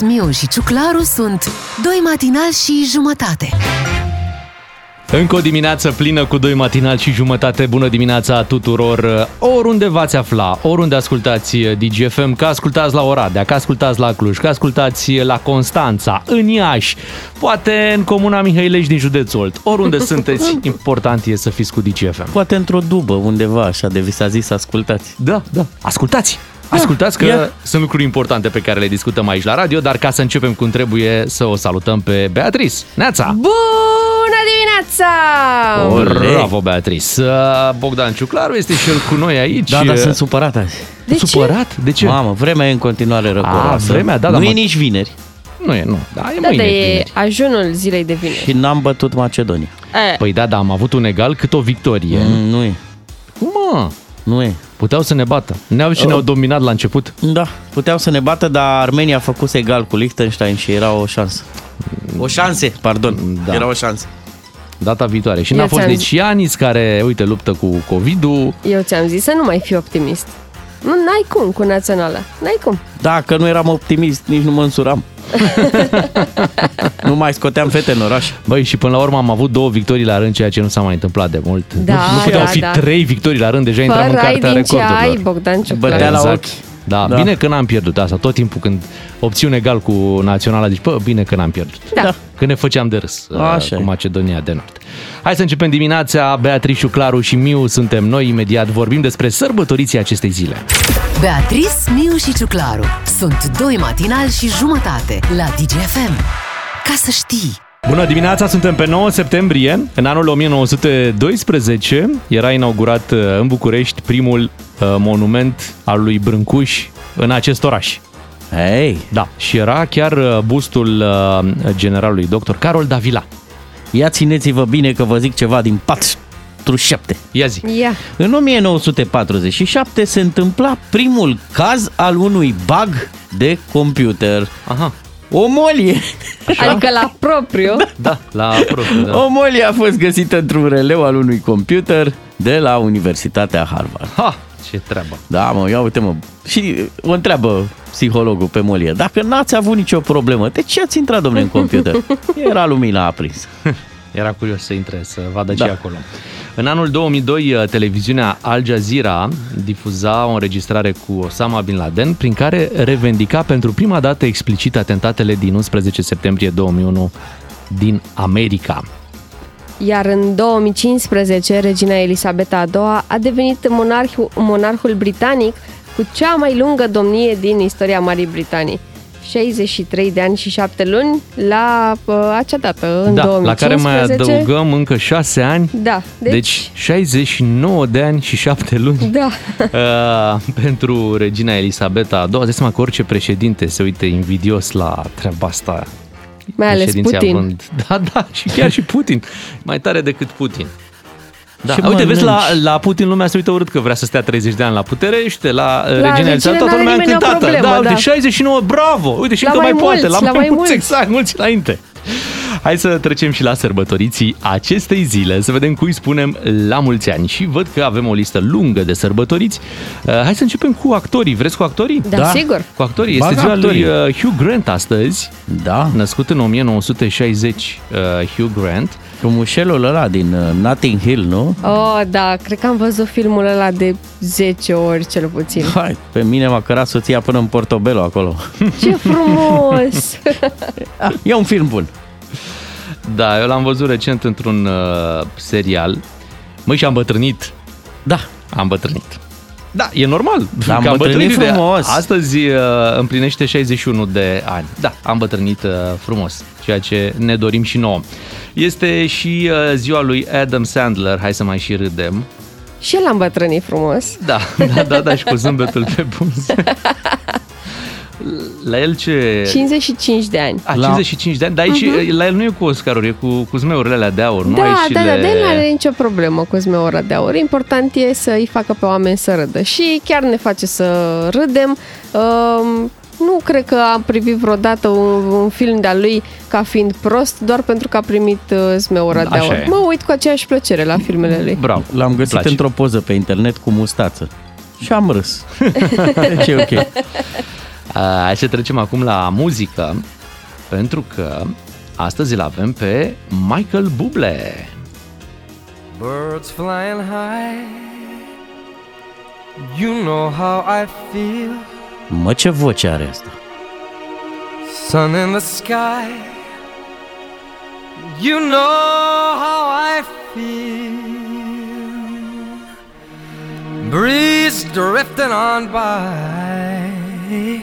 Miu și Ciuclaru sunt Doi matinal și jumătate Încă o dimineață plină cu doi matinal și jumătate. Bună dimineața tuturor! Oriunde v-ați afla, oriunde ascultați DGFM, că ascultați la Oradea, că ascultați la Cluj, că ascultați la Constanța, în Iași, poate în comuna Mihăilești din județul Olt. Oriunde sunteți, important e să fiți cu DGFM. Poate într-o dubă undeva, așa, de vi s-a zis să ascultați. Da, Da, da, ascultați! Ascultați că yeah. sunt lucruri importante pe care le discutăm aici la radio, dar ca să începem cum trebuie, să o salutăm pe Beatrice. Neața! Bună dimineața! Olei! Bravo, Beatrice! Bogdan Ciuclaru este și el cu noi aici. Da, dar sunt supărat azi. De ce? supărat? De ce? Mamă, vremea e în continuare răcoroasă. vremea, da, Nu da, e mă- nici vineri. Nu e, nu. Da, e Da, mâine. dar e vineri. ajunul zilei de vineri. Și n-am bătut Macedonia. E, Păi da, da, am avut un egal cât o victorie. Mm, nu e, Cum, mă? nu e. Uh. Puteau să ne bată. Ne-au și ne-au dominat la început. Da, puteau să ne bată, dar Armenia a făcut egal cu Liechtenstein și era o șansă. O șanse, pardon. Da. Era o șansă. Data viitoare. Și Eu n-a fost ți-am nici Ianis care, uite, luptă cu COVID-ul. eu ți-am zis să nu mai fii optimist. Nu, n-ai cum cu naționala. N-ai cum. Dacă nu eram optimist, nici nu mă însuram. nu mai scoteam fete în oraș. Băi, și până la urmă am avut două victorii la rând, ceea ce nu s-a mai întâmplat de mult. Da, nu, nu puteau da, fi da. trei victorii la rând, deja Păi, intram în Fără ai cartea din ce ai, recordurilor. Bogdan Bătea Ciuclaru. la- Exact. ochi. Da, Da. bine că n-am pierdut asta, tot timpul când opțiune egal cu naționala, deci bă, bine că n-am pierdut. Da. Că ne făceam de râs uh, Așa cu e. Macedonia de Nord. Hai să începem dimineața, Beatrice, Claru și Miu suntem noi imediat, vorbim despre sărbătoriții acestei zile. Beatrice, Miu și Ciuclaru Sunt doi matinal și jumătate La DGFM Ca să știi Bună dimineața, suntem pe 9 septembrie. În anul 1912 era inaugurat uh, în București primul uh, monument al lui Brâncuș în acest oraș. Hei, Da, și era chiar uh, bustul uh, generalului dr. Carol Davila. ia țineți-vă bine că vă zic ceva din 47. Ia zi. Ia. În 1947 se întâmpla primul caz al unui bug de computer. Aha, O molie, Adică la propriu. da, la propriu, da. o molie a fost găsită într-un releu al unui computer de la Universitatea Harvard. Ha, ce treabă. Da, mă, ia uite mă. Și o întreabă psihologul pe molie. Dacă n-ați avut nicio problemă, de ce ați intrat, domnule, în computer? Era lumina aprinsă. Era curios să intre, să vadă ce Da. e acolo. În anul 2002, uh, televiziunea Al Jazeera difuza o înregistrare cu Osama Bin Laden, prin care revendica pentru prima dată explicit atentatele din 11 septembrie 2001 din America. Iar în 2015, regina Elisabeta a II a devenit monarhul, monarhul britanic cu cea mai lungă domnie din istoria Marii Britanii. 63 de ani și 7 luni la uh, acea dată, în da, 2015. la care mai adăugăm încă 6 ani, Da, deci... deci... deci 69 de ani și 7 luni. Da. Uh, pentru regina Elisabeta a doua, dați seama că orice președinte se uite invidios la treaba asta. Mai ales Președinții Putin. Da, da, și chiar și Putin. Mai tare decât Putin. Da. Și Uite, mănânci. vezi, la, la Putin lumea se uită urât că vrea să stea 30 de ani la putere și uite, la, la regina regine Elisabeta toată n-are lumea nimeni o încântată. problemă, da, uite, da. 69, bravo! Uite, și La încă mai, mai poate, mulți, la mai mulți. exact, mulți înainte. Hai să trecem și la sărbătoriții acestei zile, să vedem cui spunem la mulți ani. Și văd că avem o listă lungă de sărbătoriți. Uh, hai să începem cu actorii. Vreți cu actorii? Da, Da. sigur. Cu actorii. Ba Este da, ziua lui actorii. uh, Hugh Grant astăzi, Da, născut în 1960, uh, Hugh Grant. cu mușelul ăla din uh, Notting Hill, nu? Oh, da, cred că am văzut filmul ăla de 10 ori cel puțin. Hai, pe mine m-a cărat soția până în Portobelo acolo. Ce frumos! E un film bun. Da, eu l-am văzut recent într-un uh, serial. Măi, și am bătrânit. Da. Am bătrânit. Da, e normal. Da, am că bătrânit uite, frumos. Astăzi uh, împlinește 61 de ani. Da, am bătrânit uh, frumos, ceea ce ne dorim și nouă. Este și uh, ziua lui Adam Sandler, hai să mai și râdem. și el a îmbătrânit frumos. Da, da, da, da, și cu zâmbetul pe buze. La el ce... 55 de ani. A, La- 55 de ani, dar aici uh-huh. la el nu e cu Oscaruri, e cu, cu zmeurile alea de aur, nu? Mhm. Da, aici da, da, le... de nu are nicio problemă cu zmeura de aur. Important e să îi facă pe oameni să râdă. Și chiar ne face să râdem. Um, nu cred că am privit vreodată un, un film de-a lui ca fiind prost, doar pentru că a primit uh, zmeura de Așa aur. e. Mă uit cu aceeași plăcere la filmele lui. Bravo, L-am găsit place. într-o poză pe internet cu mustață. Și am râs. Deci e ok. Uh, Hai să trecem acum la muzică, pentru că astăzi îl avem pe Michael Bublé. Birds flying high. You know how I feel. Mă, ce voce are asta? Sun in the sky. You know how I feel. Breeze drifting on by.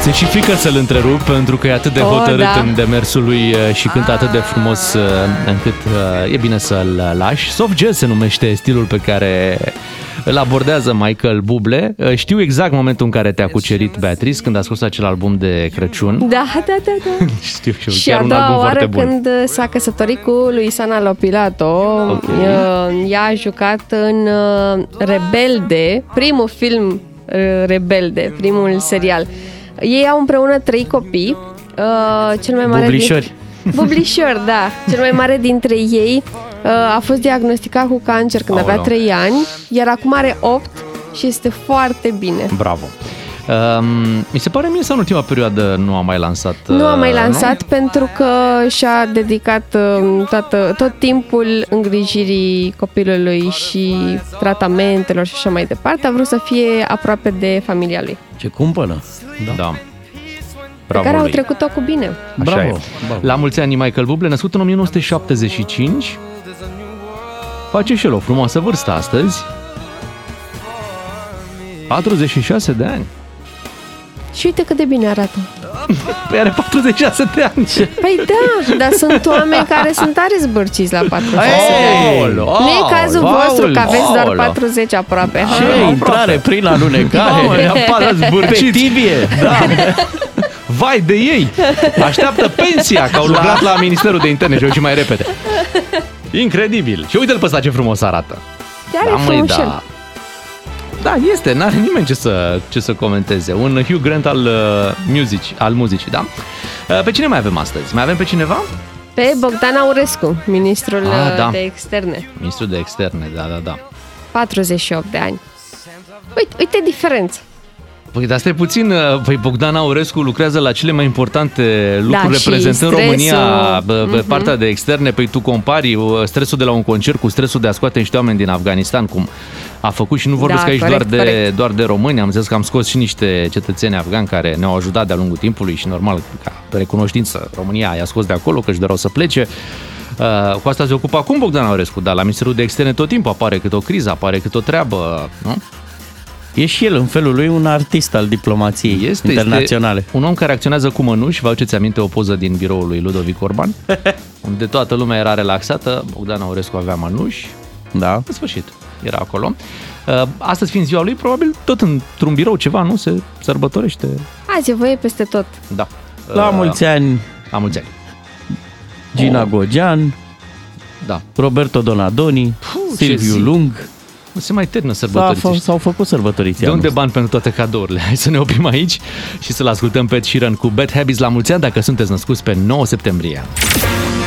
Ți-e și frică să-l întrerup pentru că e atât de O, hotărât da. Ah. în demersul lui uh, și cântă atât de frumos uh, încât uh, e bine să-l uh, lași. Soft jazz se numește stilul pe care îl abordează Michael Bublé. Uh, Știu exact momentul în care te-a cucerit Beatrice când a scos acel album de Crăciun. Da, da, da, da. Știu și eu, Și chiar a un doua album oară foarte bun. da, când uh, s-a căsătorit cu Luisana Lopilato, uh, ea a jucat în uh, Rebelde, primul film uh, Rebelde, primul serial. Ei au împreună trei copii. uh, Cel mai mare Bublișori. Din... Bublișori, da. Cel mai mare dintre ei uh, a fost diagnosticat cu cancer când avea Aoleu. 3 ani, iar acum are 8 și este foarte bine. Bravo. Um, mi se pare mie să în ultima perioadă nu a mai lansat. Nu a mai uh, lansat pentru că și-a dedicat um, toată, tot timpul îngrijirii copilului și tratamentelor și așa mai departe. A vrut să fie aproape de familia lui, Ce cumpănă? Da. da. pe Bravo care au lui. trecut-o cu bine. Așa Bravo, e. bravo. La mulți ani Michael Bublé, născut în 1975. Face și el o frumoasă vârstă astăzi. 46 de ani. Și uite cât de bine arată. Păi are 46 de ani. Păi da, dar sunt oameni care sunt tare zbârciți la 40. Aoleu, Nu e cazul aoleu, vostru că aveți doar aoleu. 40 aproape. Ce intrare prin Aoleu, alunecare? apara Pe zbârcit. tibie. Da. Vai de ei! Așteaptă pensia Da. că au lucrat la Ministerul de Interne și au ieșit mai repede. Incredibil! Și uite-l pe ăsta ce frumos arată. Chiar e măi, frumușel. Da, este, n-are nimeni ce să, ce să comenteze. Un Hugh Grant al, uh, music, al muzicii, da? Uh, Pe cine mai avem astăzi? Mai avem pe cineva? Pe Bogdan Aurescu, ministrul Ah, uh, da. de externe. Ministrul de externe, da, da, da. 48 de ani. Uite, uite diferență. Păi, dar stai puțin, uh, păi Bogdan Aurescu lucrează la cele mai importante lucruri Da, și reprezentând stresul. Mhm. România bă, pe partea de externe. Păi tu compari uh, stresul de la un concert cu stresul de a scoate niște oameni din Afganistan, cum a făcut și nu vorbesc Da, aici corect, doar, de, corect. doar de români, am zis că am scos și niște cetățeni afgani care ne-au ajutat de-a lungul timpului și normal, ca recunoștință, România i-a scos de acolo, că își doreau să plece. Uh, cu asta se ocupă acum Bogdan Aurescu, dar la Ministerul de Externe tot timpul apare cât o criză, apare cât o treabă, nu? E și el în felul lui un artist al diplomației Este, internaționale. Este un om care acționează cu mănuși. Vă aduceți aminte o poză din biroul lui Ludovic Orban, unde toată lumea era relaxată. Bogdan Aurescu avea mănuși. Da. În sfârșit, era acolo. Uh, Astăzi fiind ziua lui, probabil tot într-un birou ceva, nu? Se sărbătorește. Azi e voie peste tot. Da. La Uh, mulți ani, La mulți ani. Oh. Gina Gogean, Da. Roberto Donadoni, Puh, ce Silviu zi. Lung. Nu se mai termină S-a- sărbătoriți. f- S-au făcut sărbătoriții. De anul unde ăsta. bani pentru toate cadourile? Hai să ne oprim aici și să-l ascultăm pe Ed Sheeran cu Bad Habits la mulți ani dacă sunteți născuți pe 9 septembrie.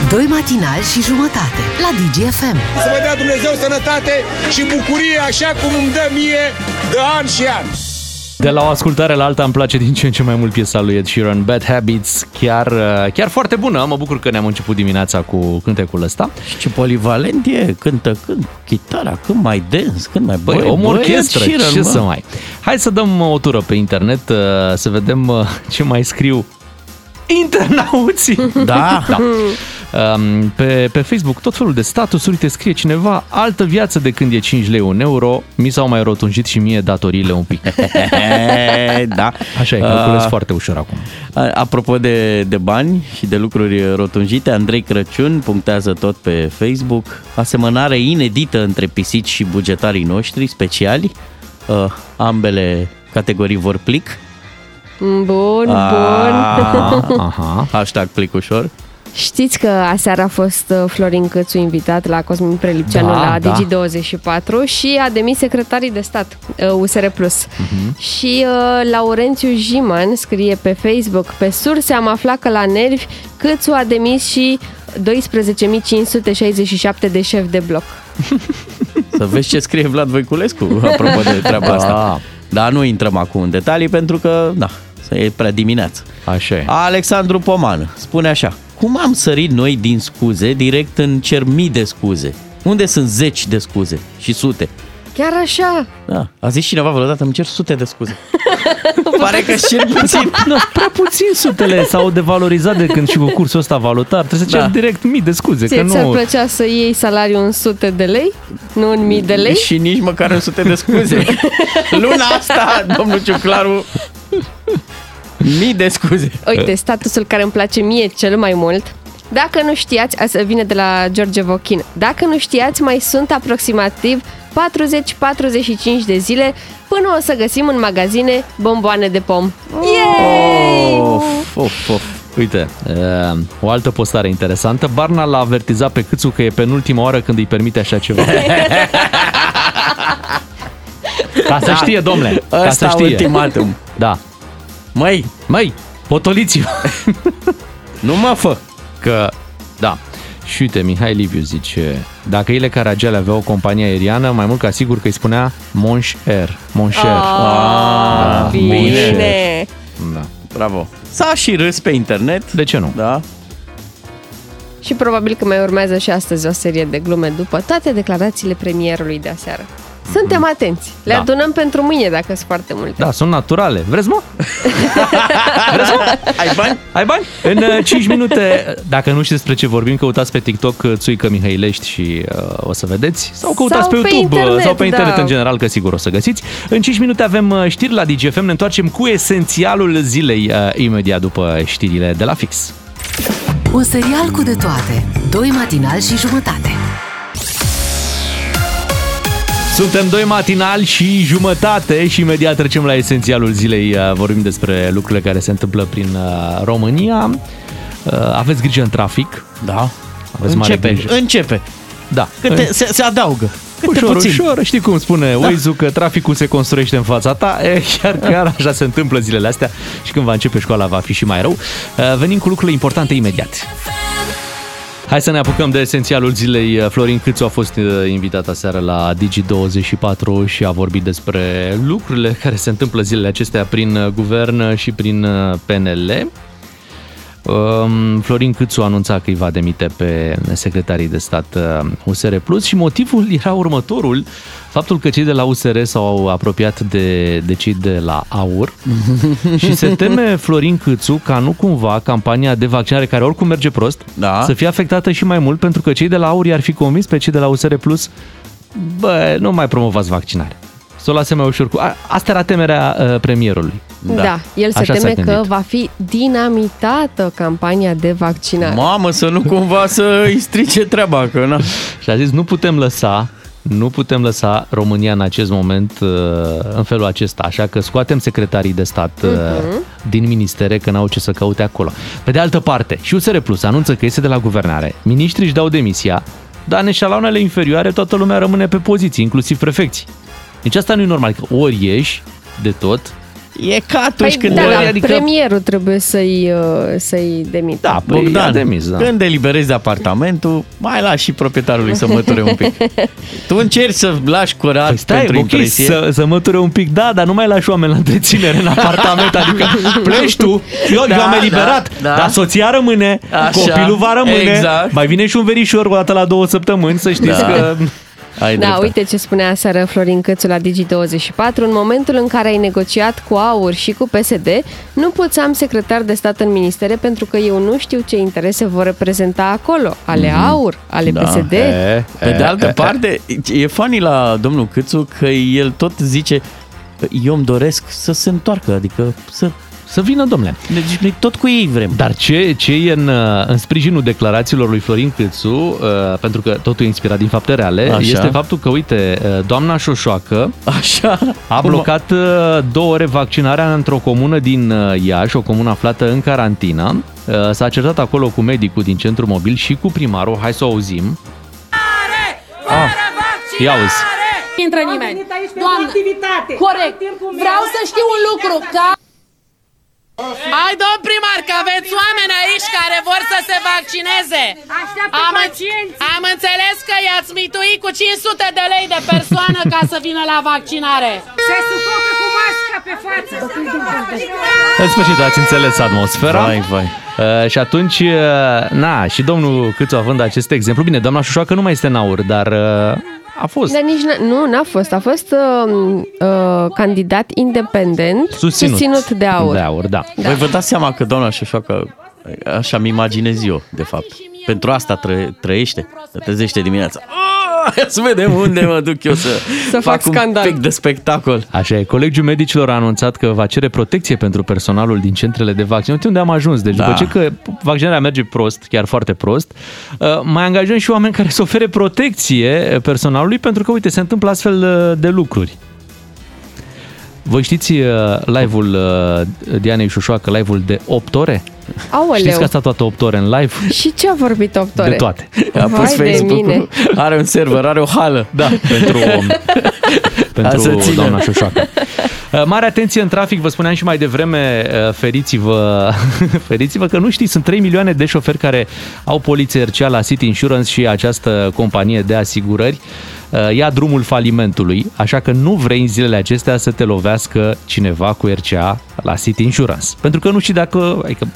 Doi matinali și jumătate la DGFM. Să vă dea Dumnezeu sănătate și bucurie așa cum îmi dă mie de an și an. De la o ascultare la alta îmi place din ce în ce mai mult piesa lui Ed Sheeran, Bad Habits, chiar, uh, chiar foarte bună. Mă bucur că ne-am început dimineața cu cântecul ăsta. Și ce polivalent e, cântă când chitara, când mai dens, când mai Băi, băi, om băi, orchestră, Ed Sheeran, ce mă. să mai... Hai să dăm uh, o tură pe internet, uh, să vedem uh, ce mai scriu internauții. Da, Da. Um, Pe, pe Facebook tot felul de statusuri te scrie cineva altă viață de când e 5 lei un euro, mi s-au mai rotunjit și mie datoriile un pic. E, da. Așa e, calculez A, foarte ușor acum. a- Apropo de, de bani și de lucruri rotunjite, Andrei Crăciun punctează tot pe Facebook asemănare inedită între pisici și bugetarii noștri speciali. Uh, ambele categorii vor plic. Mm, Bun, bun. Ah, Aha. Hashtag plic ușor. Știți că aseară a fost uh, Florin Cățu invitat la Cosmin Prelipceanu Da, la da. Digi24 și a demis secretarii de stat uh, USR+. Uh-huh. Și uh, Laurențiu Jiman scrie pe Facebook, pe surse am aflat că la nervi Cățu a demis și 12.567 de șefi de bloc. Să vezi ce scrie Vlad Voiculescu apropo de Da. treaba asta. Dar nu intrăm acum în detalii pentru că, da, e prea dimineață. Așa e. Alexandru Poman spune așa. Cum am sărit noi din scuze direct în cer mii de scuze? Unde sunt zeci de scuze și sute? Chiar așa? Da. A zis cineva vreodată, îmi cer sute de scuze. Pare că cer puțin. Nu, prea puțin sutele s-au devalorizat de când și cu cursul ăsta valutar. Trebuie să Da. cer direct mii de scuze, Ție că ți-ar nu... plăcea să iei salariul în sute de lei, nu în mii de lei? Și nici măcar în sute de scuze. Luna asta, domnul Ciuclaru, mii de scuze. Eh, Uite, statusul care îmi place mie cel mai mult. Dacă nu știați, asta vine de la George Vochin. Dacă nu știați, mai sunt aproximativ 40-45 de zile până o să găsim în magazine bomboane de pom. Oh, Of, of, of. Uite, uh, o altă postare interesantă. Barna l-a avertizat pe Câțu că e penultima oară când îi permite așa ceva. Ca să știe, domnule. Ca să Ăsta știe. ultimatum. Da. Măi, Măi, potoliți nu mă fă. că, da, și uite, Mihai Liviu zice, dacă ele Caragiale avea o companie aeriană, mai mult ca sigur că îi spunea Da. Monș Air. Monș Air. Ah, bine! Da. Bravo. S-a și râs pe internet. De ce nu? Da. Și probabil că mai urmează și astăzi o serie de glume după toate declarațiile premierului de aseară. Suntem atenți! Le Mhm. Da. adunăm pentru mâine dacă sunt foarte multe. Da, sunt naturale. Vreți, mă? Ai bani? Ai bani? În uh, 5 minute, dacă nu știți despre ce vorbim, căutați pe TikTok uh, Țuică Mihailești și uh, o să vedeți. Sau căutați Sau pe pe YouTube uh, internet, sau pe internet da. în general, că sigur o să găsiți. În 5 minute avem uh, știri la DGFM. Ne întoarcem cu esențialul zilei uh, imediat după știrile de la fix. Un serial cu de toate. Doi matinali și jumătate. Suntem doi matinali și jumătate și imediat trecem la esențialul zilei. Uh, Vorbim despre lucrurile care se întâmplă prin uh, România. Uh, Aveți grijă în trafic. Da. Aveți mare începe, grijă. începe. Da. Câte, se, se adaugă. Câte ușor, puțin. ușor, știi cum spune da. Waze-ul că traficul se construiește în fața ta, e, chiar, chiar așa se întâmplă zilele astea și când va începe școala va fi și mai rău. Uh, Venim cu lucrurile importante imediat. Hai să ne apucăm de esențialul zilei. Florin Câțu a fost uh, invitat aseară la Digi24 și a vorbit despre lucrurile care se întâmplă zilele acestea prin uh, guvern și prin uh, PNL. Um, Florin Câțu anunța că îi va demite pe secretarii de stat uh, USR Plus și motivul era următorul, faptul că cei de la USR s-au apropiat de, de cei de la AUR și se teme Florin Câțu ca nu cumva campania de vaccinare, care oricum merge prost, Da. să fie afectată și mai mult pentru că cei de la AUR i-ar fi convins pe cei de la USR Plus bă, nu mai promovați vaccinarea. Să o lase mai ușor cu... A, asta era temerea uh, premierului. Da, da. el se Așa s-a teme că gândit. va fi dinamitată campania de vaccinare. Mamă, să nu cumva să îi strice treaba, că na. Și a zis, nu putem lăsa, nu putem lăsa România în acest moment uh, în felul acesta, așa că scoatem secretarii de stat uh, din ministere, că n-au ce să caute acolo. Pe de altă parte, și USR Plus anunță că iese de la guvernare. Miniștrii își dau demisia, dar în eșaloanele inferioare toată lumea rămâne pe poziții, inclusiv prefecții. Deci asta nu e normal, că ori ieși de tot, E ca atunci păi, când... da, ori- da, premierul trebuie să-i, uh, să-i demită. Da, Păi, Bogdan, i-a demis, da. când eliberezi de apartamentul, mai lași și proprietarului să măture un pic. Tu încerci să lași curat Păi stai, pentru ok, impresie. să, să măture un pic, da, dar nu mai lași oameni la întreținere în apartament, adică pleci tu, eu, Da, eu am da, eliberat, da. dar soția rămâne, Așa, copilul va rămâne, exact. mai vine și un verișor o dată la două săptămâni, să știți Da. că... Ai Da, dreptate. uite ce spunea aseară Florin Cățu la Digi24. În momentul în care ai negociat cu AUR și cu PSD, nu pot să am secretar de stat în ministere pentru că eu nu știu ce interese vor reprezenta acolo. Ale AUR, ale Da. PSD. Pe de altă parte, e funny la domnul Câțu că el tot zice eu îmi doresc să se întoarcă, adică să Să vină, domnule. Deci noi tot cu ei vrem. Dar ce, ce e în, uh, în sprijinul declarațiilor lui Florin Câțu, uh, pentru că totul e inspirat din fapte reale, Așa. Așa. este faptul că, uite, uh, doamna Șoșoacă Așa. a Cum- blocat uh, două ore vaccinarea într-o comună din uh, Iași, o comună aflată în carantină. Uh, S-a certat acolo cu medicul din centru mobil și cu primarul. Hai să o auzim. Ah, ia auzi. intră nimeni. Doamnă, corect. Vreau să știu un lucru, ca... Ai, domn primar, că aveți oameni aici care vor să se vaccineze. Am, în- am înțeles că i-ați mituit cu 500 de lei de persoană ca să vină la vaccinare. În sfârșit, ați înțeles atmosfera. Vai, vai. Uh, și atunci, uh, na, și domnul Câțu având acest exemplu, bine, doamna Șușoacă nu mai este în aur, dar uh, a fost. Dar nici n- nu, n-a fost. A fost uh, uh, candidat independent Susținut. susținut de aur. De aur, da. Voi vă dați seama că doamna Șoșoacă, așa mi imaginez eu, de fapt. Pentru asta tră, trăiește, se trezește dimineața. "Ah, Ia să vedem unde mă duc eu să, Să fac un scandal." pic de spectacol. Așa e, Colegiul Medicilor a anunțat că va cere protecție pentru personalul din centrele de vaccin. Uite unde am ajuns. Deci da. Da. după ce că vaccinarea merge prost, chiar foarte prost, uh, mai angajăm și oameni care să ofere protecție personalului pentru că, uite, se întâmplă astfel uh, de lucruri. Voi știți uh, live-ul uh, Dianei Șușoacă, live-ul de 8 ore? Aoleu. Știți că a stat toată 8 ore în live? Și ce a vorbit 8 ore? De toate. A Vai pus de mine. Facebook-ul, are un server, are o hală. Da, pentru, Hai să pentru ținem. doamna Șoșoacă. Uh, Mare atenție în trafic, vă spuneam și mai devreme, uh, feriți-vă, feriți-vă că nu știți, sunt 3 milioane de șoferi care au poliție RCA la City Insurance și această companie de asigurări uh, ia drumul falimentului, așa că nu vrei în zilele acestea să te lovească cineva cu RCA la City Insurance. Pentru că nu știi dacă, adică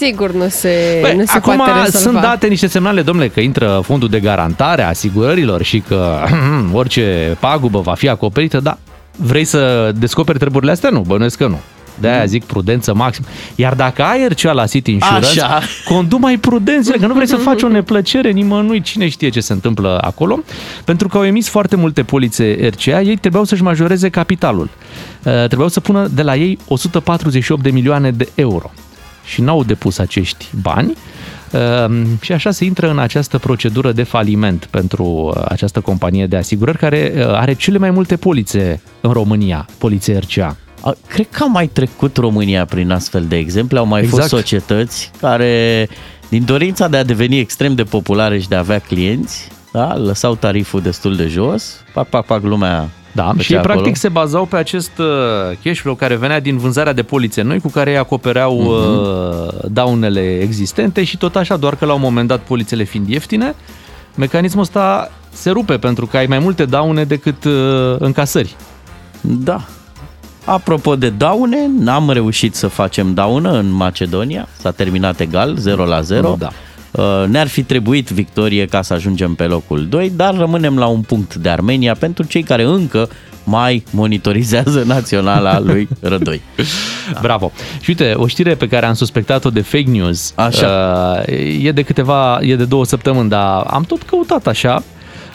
Sigur nu se, Băi, nu se Păi, acum poate rezolva. sunt date niște semnale, domnule, că intră fondul de garantare a asigurărilor și că orice pagubă va fi acoperită, dar vrei să descoperi treburile astea? Nu, bănuiesc că nu. De-aia Mhm. zic prudență maxim. Iar dacă ai RCA la City Insurance, Așa. condu mai prudent, zile, că nu vrei să faci o neplăcere nimănui, cine știe ce se întâmplă acolo, pentru că au emis foarte multe polițe RCA, ei trebuiau să-și majoreze capitalul. Uh, Trebuiau să pună de la ei 148 de milioane de euro și n-au depus acești bani uh, și așa se intră în această procedură de faliment pentru uh, această companie de asigurări care uh, are cele mai multe polițe în România, polițe RCA. A, Cred că a mai trecut România prin astfel de exemple. Au mai exact. Exact. fost societăți care, din dorința de a deveni extrem de populare și de a avea clienți, da, lăsau tariful destul de jos, pac, pac, pac, lumea Da, făcea și ei acolo. practic se bazau pe acest uh, cash flow care venea din vânzarea de polițe noi cu care ei acopereau uh, Mhm. daunele existente și tot așa, doar că la un moment dat polițele fiind ieftine, mecanismul ăsta se rupe pentru că ai mai multe daune decât uh, încasări. Da. Apropo de daune, n-am reușit să facem daună în Macedonia. S-a terminat egal, 0 la 0. Da. Uh, Ne-ar fi trebuit victorie ca să ajungem pe locul 2, dar rămânem la un punct de Armenia pentru cei care încă mai monitorizează naționala lui Rădoi. Da. Bravo. Și uite, o știre pe care am suspectat-o de fake news. Așa. Uh, e de câteva, e de două săptămâni, dar am tot căutat așa.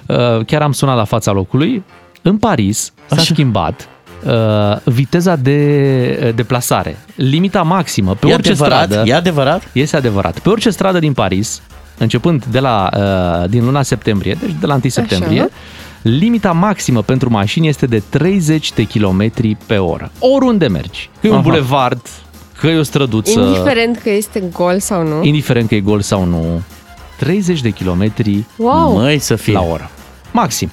Uh, chiar am sunat la fața locului. În Paris s-a Așa. schimbat uh, viteza de uh, deplasare. Limita maximă pe e orice adevărat? stradă. E adevărat? Este adevărat. Pe orice stradă din Paris, începând de la, uh, din luna septembrie, deci de la 1 septembrie, Așa. limita maximă pentru mașini este de 30 de km pe oră. Oriunde mergi. Că e un Aha. bulevard, că e o străduță, Indiferent că este gol sau nu. indiferent că e gol sau nu, 30 de km Wow! Măi să fie. la oră. Maxim.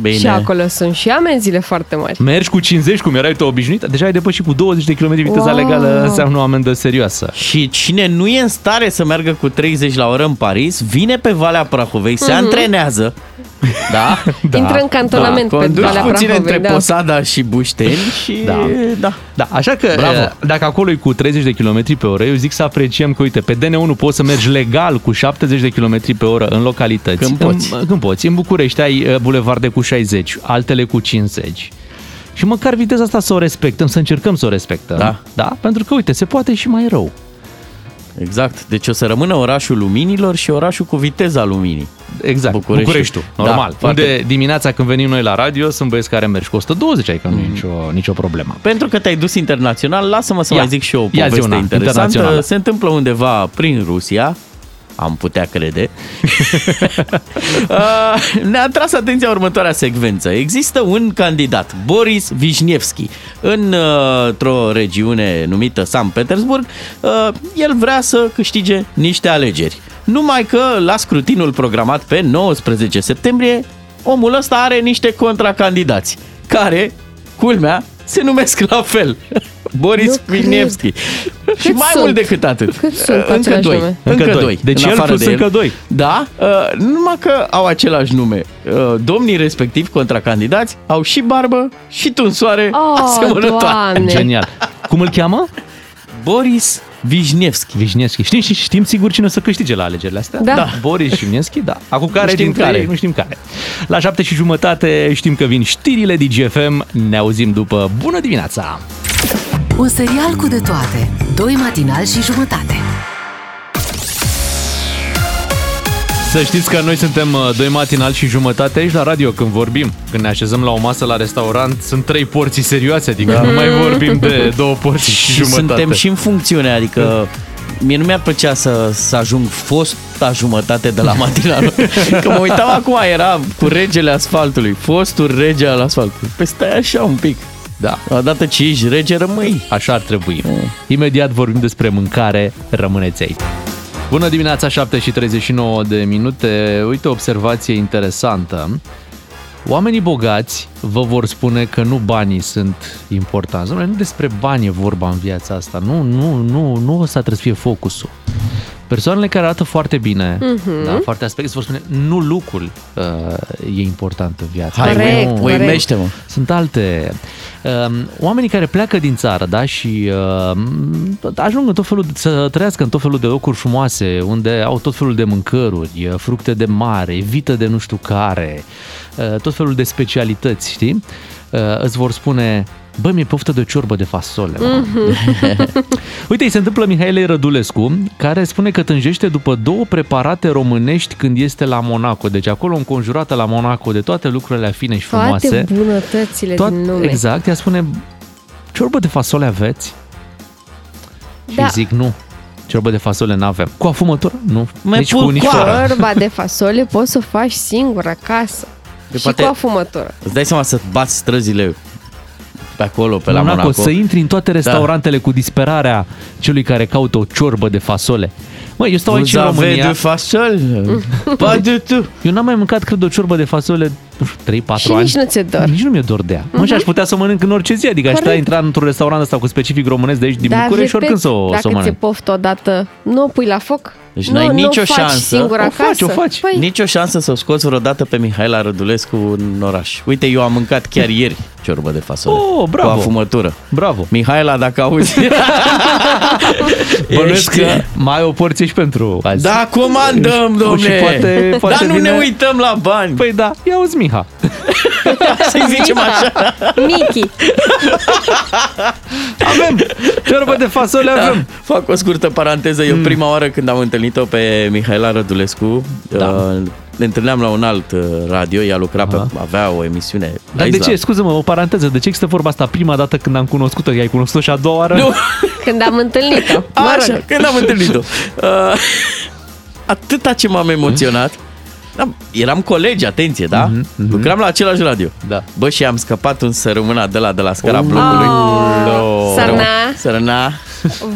Bine. Și acolo sunt și amenziile foarte mari. Mergi cu 50, cum erai tu obișnuit, deja ai depășit cu 20 de km viteza Wow. legală, înseamnă o amendă serioasă. Și cine nu e în stare să meargă cu 30 la oră în Paris, vine pe Valea Prahovei, se antrenează. Da? Da, Mhm. Intră în cantonament da, pe conduci Valea puțin Prahovei. între Da. Posada și Bușteni și Da. da. Da, așa că Bravo. eh, dacă acolo e cu 30 de km pe oră, eu zic să apreciem că, uite, pe DN1 poți să mergi legal cu 70 de km pe oră în localități. Când poți. În, când poți. În București ai eh, bulevarde cu 60, altele cu 50. Și măcar viteza asta să o respectăm, să încercăm să o respectăm. Da. da? Pentru că, uite, se poate și mai rău. Exact. Deci o să rămână orașul luminilor și orașul cu viteza luminii. Exact, Bucureștiul, Bucureștiul normal. Da, unde foarte... dimineața când venim noi la radio sunt băieți care merg cu 120, adică mm-hmm. Mm. nu e nicio, nicio problemă. Pentru că te-ai dus internațional, lasă-mă să ia, mai zic și eu o poveste una, interesantă. Se întâmplă undeva prin Rusia, am putea crede. Ah, Ne-a tras atenția următoarea secvență. Există un candidat, Boris Vișnievski, uh, într-o regiune numită San Petersburg. uh, El vrea să câștige niște alegeri. Numai că la scrutinul programat pe 19 septembrie, omul ăsta are niște contracandidați, care, culmea, se numesc la fel. Boris Kvinevski. Și mai sunt? mult decât atât. Cât sunt încă cu același doi. nume? Încă, Încă doi. doi. Deci în el afară plus de încă doi. Da, uh, numai că au același nume. Uh, domnii respectiv contracandidați au și barbă și tunsoare Oh, asemănătoare. Doamne. Genial. Cum îl cheamă? Boris Vișnevski. Vișneschi. Știm, și știm sigur cine o să câștige la alegerile astea? Da. da. Boris Vișneschi, da. Acum care știm dintre care. ei, nu știm care. La șapte și jumătate știm că vin știrile DGFM. Ne auzim după. Bună dimineața! Un serial cu de toate. Doi matinali și jumătate. Să știți că noi suntem uh, doi matinal și jumătate aici la radio când vorbim. Când ne așezăm la o masă la restaurant, sunt trei porții serioase, adică da. nu mai vorbim de două porții și, Și jumătate. suntem și în funcțiune, adică Mie nu mi-ar plăcea să, să ajung fosta jumătate de la matinalul. Că mă uitam acum, era cu regele asfaltului. Fostul rege al asfaltului. Păi stai așa un pic. Da. Odată ce ești rege, rămâi. Mm. Așa ar trebui. Imediat vorbim despre mâncare, rămâneți aici. Bună dimineața, 7 și 39 de minute. Uite o observație interesantă. Oamenii bogați vă vor spune că nu banii sunt importanți. Dom'le, nu despre bani e vorba în viața asta. Nu, nu, nu, nu ăsta trebuie să fie focusul. Persoanele care arată foarte bine, Mm. mm-hmm. Mhm. da, foarte aspect, îți vor spune nu lucrul uh, e important în viață. Hai, Corect, uim- corect. uimește-mă. Sunt alte. um, Oamenii care pleacă din țară, da, și um, ajung în tot felul, să trăiască în tot felul de locuri frumoase, unde au tot felul de mâncăruri, fructe de mare, vită de nu știu care, uh, tot felul de specialități, știi? Uh, Îți vor spune, bă, mi-e poftă de ciorbă de fasole. mă." Mm-hmm. Uite, îi se întâmplă Mihailei Rădulescu, care spune că tânjește după două preparate românești când este la Monaco. Deci acolo înconjurată la Monaco de toate lucrurile fine și frumoase. Toate bunătățile Toat- din lume. Exact, ea spune, ciorbă de fasole aveți? Și Da. zic, nu, ciorbă de fasole n-avem. Cu afumătură? Nu. Mai Nici pun cu nișoara. Vorba de fasole poți să o faci singur acasă. De și poate- cu afumătură. Îți dai seama să bați străzile pe acolo, pe la Monaco, Monaco. Să intri în toate restaurantele da. cu disperarea celui care caută o ciorbă de fasole. Mă, eu stau aici în România, de fasol? Pas du tout. eu n-am mai mâncat, cred, o ciorbă de fasole, nu știu, 3-4 Și ani. nici nu ți-e dor. Nici nu mi-e dor de ea. Mă, și aș putea să o mănânc în orice zi, adică aș Mhm. Corect. putea intra într-un restaurant ăsta cu specific românesc de aici din Dar, București și repet, oricând să o, să o dacă ți-e mănânc. poftă odată, nu o pui la foc. Deci nu, n-ai nu nicio o faci șansă. Singur O acasă. faci, o faci. Păi, Nici o șansă să o scoți vreodată pe Mihaela Rădulescu în oraș. Uite, eu am mâncat chiar ieri ciorbă de fasole. Oh, bravo. Cu afumătură. Bravo! Mihaela, dacă auzi... Bănuiesc ești- că mai ai o porție și pentru azi. Da, comandăm, domne! Și poate- poate Dar nu vine- ne uităm la bani! Păi, Păi da, ia uzi Miha. să zicem așa. Michi, Avem! Ciorbă de fasole Da. avem! Fac o scurtă paranteză. Mm. Eu prima oară când am întâlnit-o pe Mihaela Rădulescu, da. uh, ne întâlneam la un alt uh, radio, ea lucra Aha. pe, avea o emisiune. la Dar de Isla. ce? Scuză-mă, o paranteză. De ce există vorba asta prima dată când am cunoscut-o? I-ai cunoscut-o și a doua oară? Nu, când am întâlnit-o. Mă rog, așa, când am întâlnit-o. Uh, atâta ce m-am emoționat. Da, eram colegi, atenție, da? Mm-hmm, Lucram la același radio. Da. Bă, și am scăpat un sărămâna de la, de la scara Oh. blocului. Sărna. Sărămâna.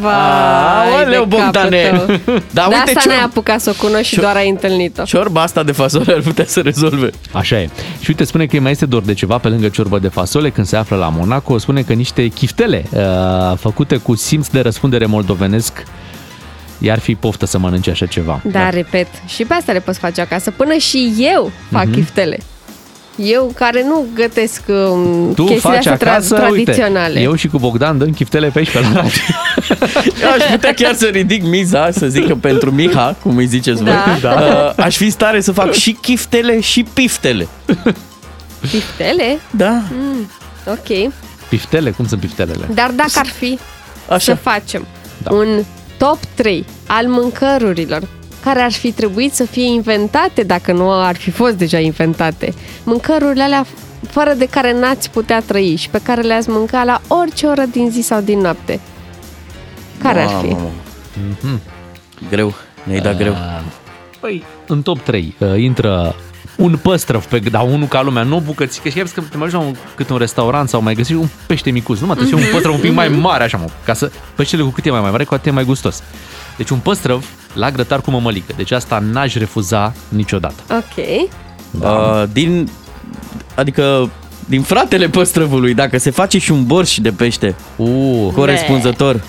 Vai, Aoleu, de capul Bogdane! tău. Da, de uite asta ce- n-ai apucat să o cunoști și doar ai întâlnit-o. Ciorba asta de fasole ar putea să rezolve. Așa e. Și uite, spune că îi mai este dor de ceva pe lângă ciorbă de fasole când se află la Monaco. Spune că niște chiftele uh, făcute cu simț de răspundere moldovenesc i-ar fi poftă să mănânce așa ceva. Da, repet, și pe asta le poți face acasă. Până și eu fac Mhm. mm-hmm. chiftele. Eu care nu gătesc um, Tu chestiile faci astea tra- acasă, tradiționale. Uite, eu și cu Bogdan dăm chiftele pe aici pe la radio. Eu aș putea chiar să ridic miza, să zic că pentru Miha, cum îi ziceți Da. voi, da. aș fi în stare să fac și chiftele și piftele. Chiftele? Mm, Da, Ok. Piftele? Cum sunt piftelele? Dar dacă ar fi așa. să facem Da. da. un top 3 al mâncărurilor care ar fi trebuit să fie inventate dacă nu ar fi fost deja inventate. Mâncărurile alea fără de care n-ați putea trăi și pe care le-ați mânca la orice oră din zi sau din noapte. Care ar fi? Mamă. Mhm. Greu, ne-ai dat greu. Păi, în top 3 uh, intră un păstrăv, pe, dar unul ca lumea, nu o bucățică. Și chiar că te mai duci la un, câte un restaurant sau mai găsești un pește micuț. Nu mă, trebuie să fie Mhm. un păstrăv un pic mai mare, așa mă, ca să peștele cu cât e mai mare, cu atât e mai gustos. Deci un păstrăv la grătar cu mămăligă. Deci asta n-aș refuza niciodată. Ok. Uh, din, adică din fratele păstrăvului, dacă se face și un borș de pește Uh, corespunzător,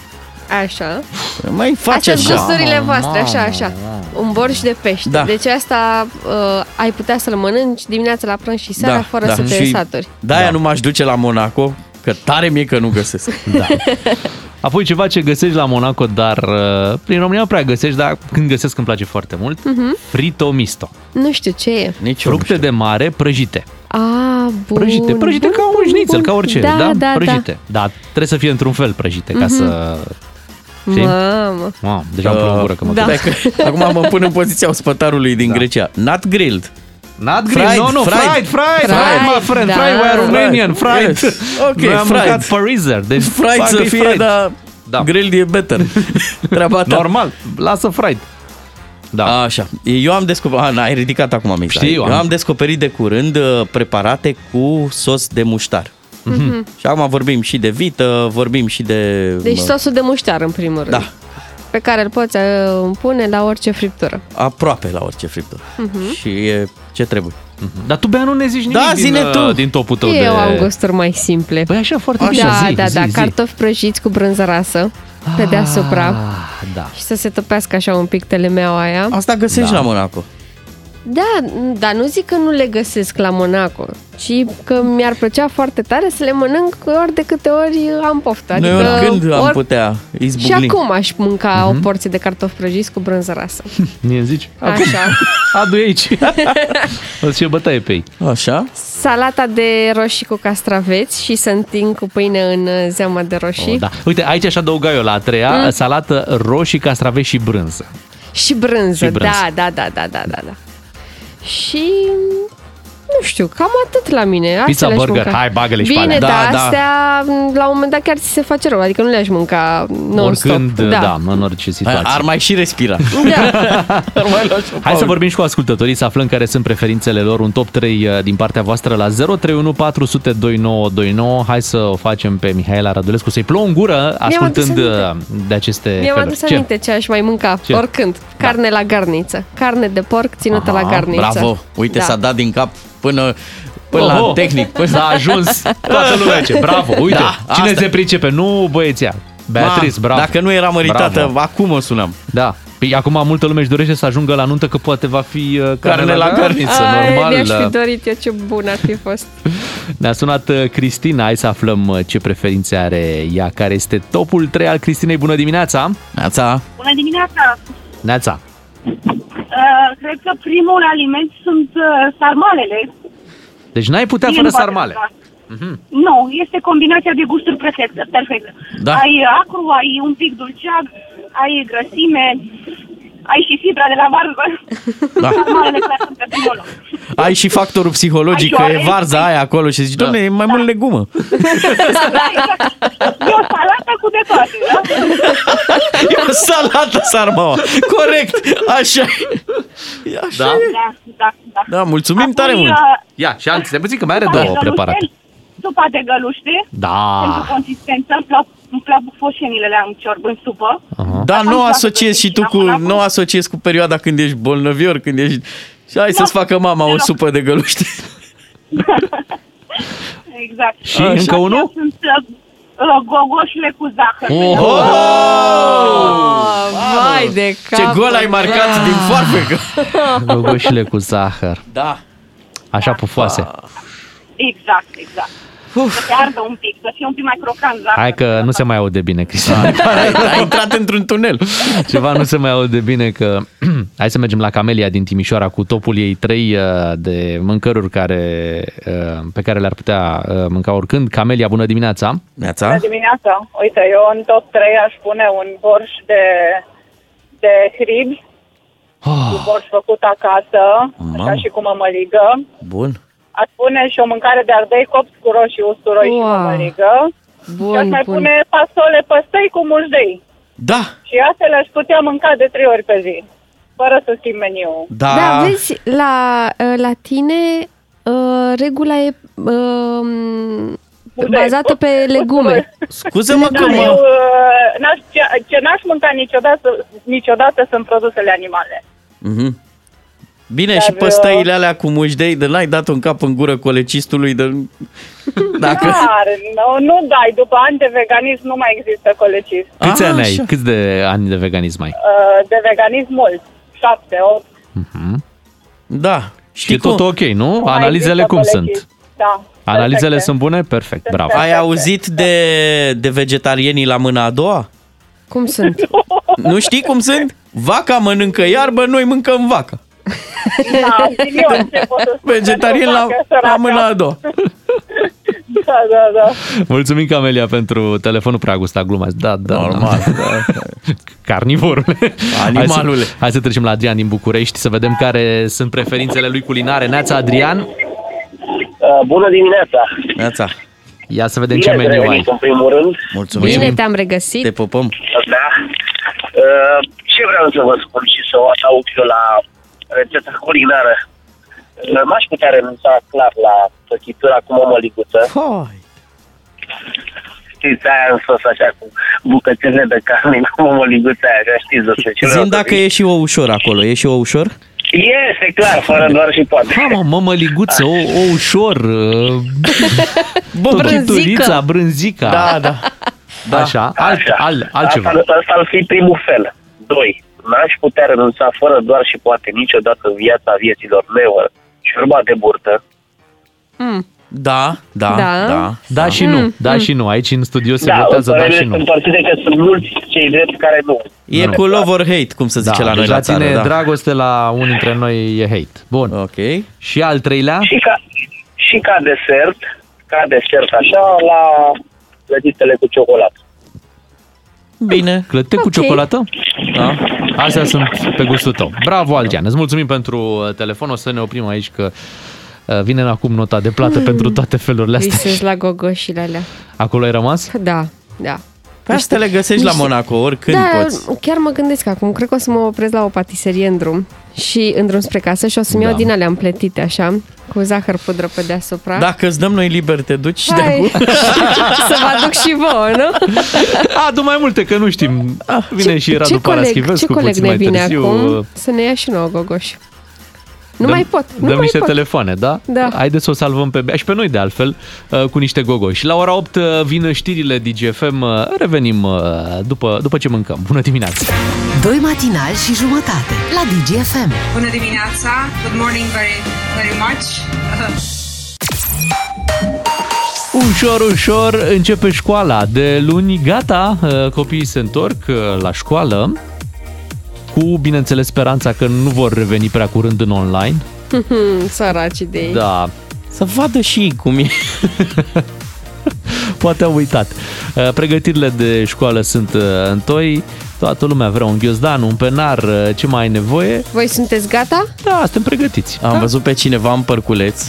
Așa. mai face Astea sunt așa. gusturile voastre, așa, așa. Un borș de pește. Da. Deci asta uh, ai putea să-l mănânci dimineața la prânz și seara fără să te saturi. Da, aia nu m-aș duce la Monaco, că tare mi-e că nu găsesc. da. Apoi ceva ce găsești la Monaco, dar uh, prin România nu prea găsești, dar când găsesc îmi place foarte mult, Mhm. uh-huh. frito misto. Nu știu ce e. Nici eu nu Fructe știu. de mare prăjite. A, bun. Prăjite, prăjite bun, ca un bun, șnițel, bun. ca orice, da? da? Da, Mhm. prăjite. Da. da, trebuie să fie într-un fel prăjite, ca să... da. Știi? Mamă. Mamă, deja îmi plouă în gură că mă da. da. Dacă- Acum mă pun în poziția ospătarului din Grecia. Not grilled. Not grill, grilled, no, fried, no, fried, fried, fried, Oh, fried. Fried, my friend, da. fried, we are Romanian, fried. Fried. Yes. Ok, Noi am fried. mâncat pariser, deci Fried să parcă e fie, fried. dar Da. da. grilled e better. Treaba ta. Normal, lasă fried. Da. Așa. Eu am descoperit... A, na, ai ridicat acum miza. Știu, eu am- am... descoperit de curând uh, preparate cu sos de muștar. Mm-hmm. Și acum vorbim și de vită, vorbim și de... Mhm. Deci mă, sosul de muștar, în primul rând. Da, Pe care îl poți uh, pune la orice friptură. aproape la orice friptură. Mhm. Mm-hmm. Și e ce trebuie. Mhm. Dar tu, Bea, nu ne zici nimic Da, din, zine uh, tu. din topul tău Eu de... am gusturi mai simple. Păi așa, foarte bine, da, zi, da, zi, da, zi. cartofi prăjiți cu brânză rasă pe deasupra Ah, da. și să se topească așa un pic telemeaua aia. Asta găsești da. la Monaco. Da, n- dar nu zic că nu le găsesc la Monaco, ci că mi-ar plăcea foarte tare să le mănânc ori de câte ori am poftă. Adică Noi oricând am putea Mhm. Și izbucni. acum aș mânca o porție de cartofi prăjiți cu brânză rasă. Ne zici? Așa. Adu aici. o să fie bătaie pe ei. Așa? Salata de roșii cu castraveți și să întind cu pâine în uh, zeama de roșii. Oh, da. Uite, aici aș adăuga eu la a treia, mm. salată roșii, castraveți și brânză. Și brânză, Și brânză. da, da, da, da, da, da, da. Și nu știu, cam atât la mine. Astea Pizza, le-aș burger, mânca. hai, bagă-le și pe Bine, alea. da, Da, da, da. astea m, la un moment dat chiar ți se face rău, adică nu le-aș mânca non-stop. Oricând, da. da, în orice situație. Ar mai și respira. da. Ar mai lua și o Hai să pauză. vorbim și cu ascultătorii, să aflăm care sunt preferințele lor, un top 3 uh, din partea voastră la 031 400 2929. Hai să o facem pe Mihaela Radulescu să-i plouă în gură Mi-am adus ascultând uh, aminte. de aceste Mi-am feluri. adus Ce? aminte ce aș mai mânca, Ce? Da. ce? oricând. Carne la garniță. Carne de porc ținută Aha, la Ah, garniță. Bravo! Uite, da. s-a dat din cap până, până Oho! la tehnic. Până Păi S-a ajuns toată lumea ce. Bravo, uite, da, Da, cine asta- se pricepe, nu băieția. Beatriz, Ma, bravo. Dacă nu era măritată, Bravo. bravo. acum o sunam. Da. Păi acum multă lume își dorește să ajungă la nuntă că poate va fi uh, carne la garniță, Ai, normal. uh, Mi-aș fi dorit eu ce bun ar fi fost. Ne-a sunat uh, Cristina, hai să aflăm uh, ce preferințe are ea, care este topul 3 al Cristinei. Bună dimineața! Neața, Bună dimineața! Neața! Uh, cred că primul aliment sunt uh, sarmalele. Deci n-ai putea Mie fără nu poate sarmale. să fac. Mhm. Nu, este combinația de gusturi perfectă. perfectă. Da. Ai acru, ai un pic dulceag, ai grăsime, ai și fibra de la varză. Da. Sarmalele clar sunt pe primul loc. ai și factorul psihologic că Ai e oare? varza aia acolo și zici, da. domne, e mai mult legumă. Da, exact. E o salată cu da? de toate, da? E o salată sarmaua. Corect, așa e. E Așa da. e. Da, da, da. Da, mulțumim Apoi, tare mult. uh, Ia, și alții, puțin că mai are supa de două găluște, preparate. Supa de găluște, pentru Ah. Da! consistență, îmi plac, îmi plac bufoșenile la în ciorbă, în supă. Da, nu Atunci, o asociezi și tu dacă cu, ești la Monaco- nu o asociezi cu perioada când ești bolnăvior, când ești... Și hai să-ți facă mama o deloc. supă de găluște. Exact. Și încă Astea unul? Sunt uh, uh, gogoșile cu zahăr. Oho! Oh, vai de da. cap. Ce gol ai marcat din foarfecă! Gogoșile cu zahăr. Da. Așa pufoase. Exact, exact. Să se ardă un pic, să fie un pic mai crocant. Da? Hai că nu se mai aude bine, Da, Cristian. Ai, ai intrat într-un tunel. Ceva nu se mai aude bine că... Hai să mergem la Camelia din Timișoara cu topul ei trei uh, de mâncăruri care, uh, pe care le-ar putea uh, mânca oricând. Camelia, bună dimineața! Neața? dimineața. Uite, eu în top 3 aș pune un borș de, de hribi, Oh, borș făcut acasă, Ah. Mamă. așa și cu mămăligă. Bun. Aș pune și o mâncare de ardei copți cu roșii, usturoi wow. și Wow. mămăligă. și aș Bun, mai bun. pune fasole păstăi cu mușdei. Da, Și astea le-aș putea mânca de trei ori pe zi, fără să schimb meniul. da. Da, vezi, la, ă, la tine uh, regula e uh, bazată pe legume. Scuză-mă Da, că eu mă... uh, n-aș, ce, ce n-aș mânca niciodată, niciodată sunt produsele animale. Mhm. Bine, Dar, și păstăile alea cu mușdei, de l-ai dat un cap în gură colecistului de... Dacă... Dar nu, nu dai, după ani de veganism nu mai există colecist. câți A, Ah, ani ai? așa. Câți de ani de veganism ai? Uh, de veganism mult, șapte, opt. Hmm? Da. Știi E tot cum? ok, nu? Nu mai Analizele există cum colecist. sunt? Da. Analizele eh? Exact. perfecte. sunt bune? Perfect, bravo. Ai auzit de, de vegetarienii la mâna a doua? Cum sunt? Nu știi cum sunt? Vaca mănâncă iarbă, noi mâncăm vaca. Da, din eu ce pot să spun. Vegetarian Nu la, fac, la săraca. mâna a doua. Da, da, da. Mulțumim, Camelia, pentru telefonul prea gustat gluma. Da, da, Normal, Da. Carnivorule. Animalule. Hai să, hai să trecem la Adrian din București să vedem care sunt preferințele lui culinare. Neața, Adrian, Uh, Bună dimineața! Neața, ia să vedem ce Bine ați meniu ai. revenit, în primul rând. mulțumim. Bine te-am regăsit. Te pupăm. Da. Uh, Ce vreau să vă spun și să o adaug eu la rețeta culinară? Uh, M-aș putea renunța clar la făchitura cu mămăliguță. Hai. Știți, aia în sos așa cu bucățele de carne cu mămăliguța aia, așa știți despre ce vreau Zim să dacă zic. e și o ușor acolo. E și o ușor? Este clar, fără doar și poate. Ha, mă, mămăliguță, o, o ușor, uh, tochiturița, brânzica. da. da. Așa, alt, Așa. alt, altceva. Asta, asta ar fi primul fel. Doi, n-aș putea renunța fără doar și poate niciodată în viața vieților meu ciorba de burtă. Da, da, Da. da. Da și nu, da și nu. Aici în studio se votează da părerile și nu. sunt partide că sunt mulți cei drept care nu. E Nu. cu love or hate, cum se Da, zice la noi deci la la tine țară. Da. dragoste la unul dintre noi e hate. Bun. Ok. Și al treilea? Și ca, și ca desert, ca desert așa, la plătitele cu ciocolată. Bine. Clăte cu Ok. ciocolată? Da. Astea sunt pe gustul tău. Bravo, Algean. Îți mulțumim pentru uh, telefon. O să ne oprim aici că uh, vine acum nota de plată Mm. pentru toate felurile astea. Visezi la gogoșile alea. Acolo ai rămas? Da, da. Pe astea Păi le găsești la niște- Monaco, oricând da, poți. chiar mă gândesc acum, cred că o să mă opresc la o patiserie în drum și în drum spre casă și o să-mi iau Da. din alea împletite așa, cu zahăr pudră pe deasupra. Dacă îți dăm noi liber, te duci Da, și de Da. Hai, acum. să vă aduc și vouă, nu? A, du mai multe, că nu știm. Vine și Ah, ce Radu coleg, ce Paraschivescu coleg puțin ne mai vine târziu. uh, acum să ne ia și nouă gogoș. Nu mai pot, nu dăm mai niște pot. telefoane, da? Da. Haideți să o salvăm pe Bea și pe noi de altfel uh, cu niște gogoși. La ora 8 uh, vin știrile DGFM. uh, Revenim uh, după, după ce mâncăm. Bună dimineața! Doi matinali și jumătate la DGFM. Bună dimineața! Good morning very, very much! Ușor, ușor începe școala. De luni, gata, uh, copiii se întorc uh, la școală cu, bineînțeles, speranța că nu vor reveni prea curând în online. Mm, Săracii de ei. Da, Să vadă și ei cum e. poate au uitat. Uh, Pregătirile de școală sunt întoi, toată lumea vrea un ghiozdan, un penar, uh, ce mai ai nevoie. Voi sunteți gata? Da, suntem pregătiți. Am văzut pe cineva în părculeț,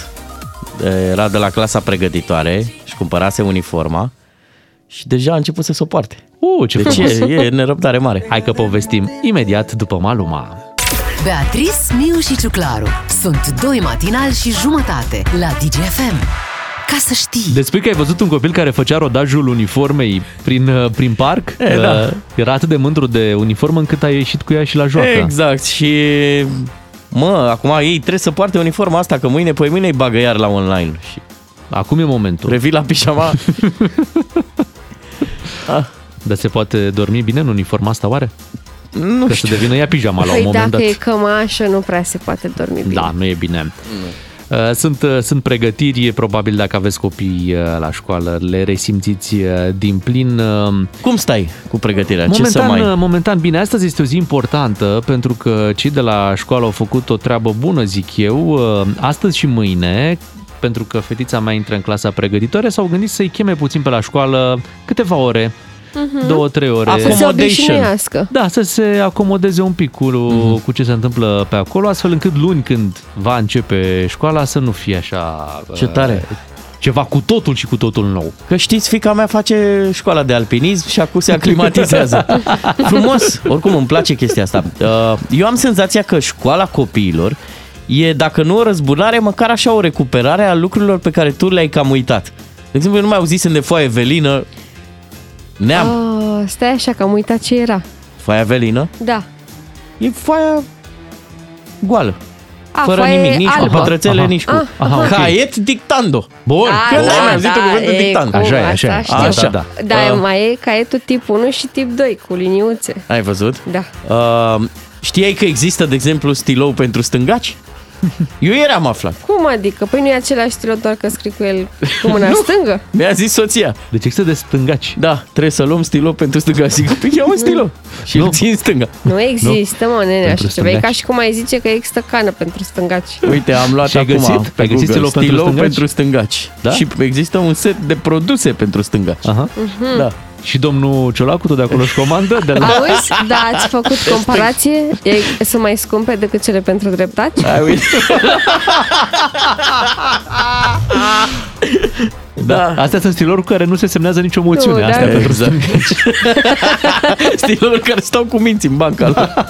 era de la clasa pregătitoare și cumpărase uniforma și deja a început să se o poarte. Uh, ce Deci frumos! e, e nerăbdare mare. Hai că povestim imediat după Maluma. Beatrice, Miu și Ciuclaru. Sunt doi matinali și jumătate la DGFM. Ca să știi. Despre că ai văzut un copil care făcea rodajul uniformei prin, uh, prin parc? E, da. Uh, Era atât de mândru de uniformă încât a ieșit cu ea și la joacă. Exact și... Mă, acum ei trebuie să poarte uniforma asta, că mâine, păi mâine îi bagă iar la online. Și Acum e momentul. revii la pijama. ah. Dar se poate dormi bine în uniforma asta, oare? Nu că știu. să devină ea pijama la un Păi moment dacă dat. e cămașă, nu prea se poate dormi bine. Da, nu e Da, bine. Uh, Sunt, uh, sunt pregătiri, probabil dacă aveți copii uh, la școală, le resimțiți uh, din plin. uh, Cum stai cu pregătirea? Momentan, Ce să mai... uh, Momentan, bine, astăzi este o zi importantă pentru că cei de la școală au făcut o treabă bună, zic eu. Uh, Astăzi și mâine, pentru că fetița mea intră în clasa pregătitoare, s-au gândit să-i cheme puțin pe la școală câteva ore, Mhm. două, trei ore. Să se obișnuiască. Da, să se acomodeze un pic cu, Mhm. mm-hmm. cu ce se întâmplă pe acolo, astfel încât luni când va începe școala să nu fie așa... Ce uh, tare. Ceva cu totul și cu totul nou. Că știți, fica mea face școala de alpinism și acum se aclimatizează. Frumos! Oricum îmi place chestia asta. Uh, Eu am senzația că școala copiilor e, dacă nu o răzbunare, măcar așa o recuperare a lucrurilor pe care tu le-ai cam uitat. De exemplu, eu nu mai auzisem de foaie velină. Neam. Uh. Oh, stai așa că am uitat ce era. Foaia velină? Da. E foaia goală. A, Fără foaie nimic, nici albă. cu pătrățele, Aha. nici cu... Ah, aha, ok. Caiet dictando. Bun. Da, Când da, ai mai auzit da, cuvântul e dictando? cum, Așa e, așa e. asta Așa, știu. da. Da, Ah. mai e caietul tip 1 și tip 2 cu liniuțe. Ai văzut? Da. Uh, știai că există, de exemplu, stilou pentru stângaci? Eu ieri am aflat. Cum adică? Păi nu e același stilou doar că scrii cu el cu mâna stângă? Mi-a zis soția. Deci există de stângaci. Da, trebuie să luăm stilou pentru stângaci. Zic, păi ia un stilou și îl țin stânga. Nu există, mă, nene, Pentru așa ceva. E ca stângaci. și cum ai zice că există cană pentru stângaci. Uite, am luat Și ai acum găsit? pe Ai găsit Google stilou pentru stilou stângaci? pentru stângaci. Da? Și există un set de produse pentru stângaci. Aha. Mhm. Da. Și domnul Ciolacu tot de acolo își comandă de la... Auzi? Da, ați făcut comparație? E, sunt mai scumpe decât cele pentru dreptaci? Ai uite. Da. Astea sunt stilouri cu care nu se semnează nicio moțiune. Nu, Astea da. pentru Exact. Stilouri care stau cu minți în banca da.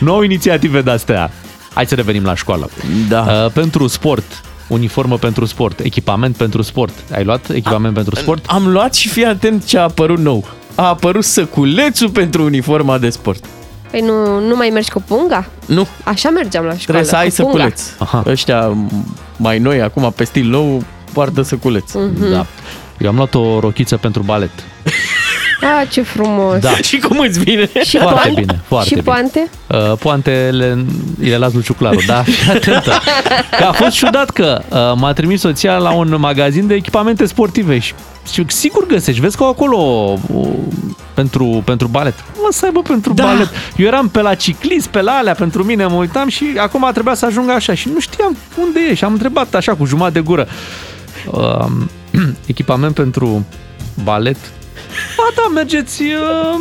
Nouă inițiative de-astea. Hai să revenim la școală. Da. Uh, pentru sport, uniformă pentru sport, echipament pentru sport. Ai luat echipament pentru sport? Am luat și fii atent ce a apărut nou. A apărut săculețul pentru uniforma de sport. Păi nu, nu mai mergi cu punga? Nu, Așa mergeam la școală. Trebuie să ai cu punga. săculeț. Ăștia mai noi, acum pe stil nou, poartă săculeț. Mhm. Da. Eu am luat o rochiță pentru balet. Ah, ce frumos. Da. și cum îți vine? Și foarte poan- bine, foarte și bine. poante? Uh, poantele le las lui Ciuclaru, da? Fii atentă. Că a fost ciudat că uh, m-a trimis soția la un magazin de echipamente sportive și, și sigur găsești. Vezi că au acolo uh, pentru, pentru balet. Mă să aibă pentru da. balet. Eu eram pe la ciclist, pe la alea, pentru mine mă uitam și acum trebuia să ajung așa și nu știam unde e și am întrebat așa cu jumătate de gură. Uh, echipament pentru balet. Ba da, mergeți uh,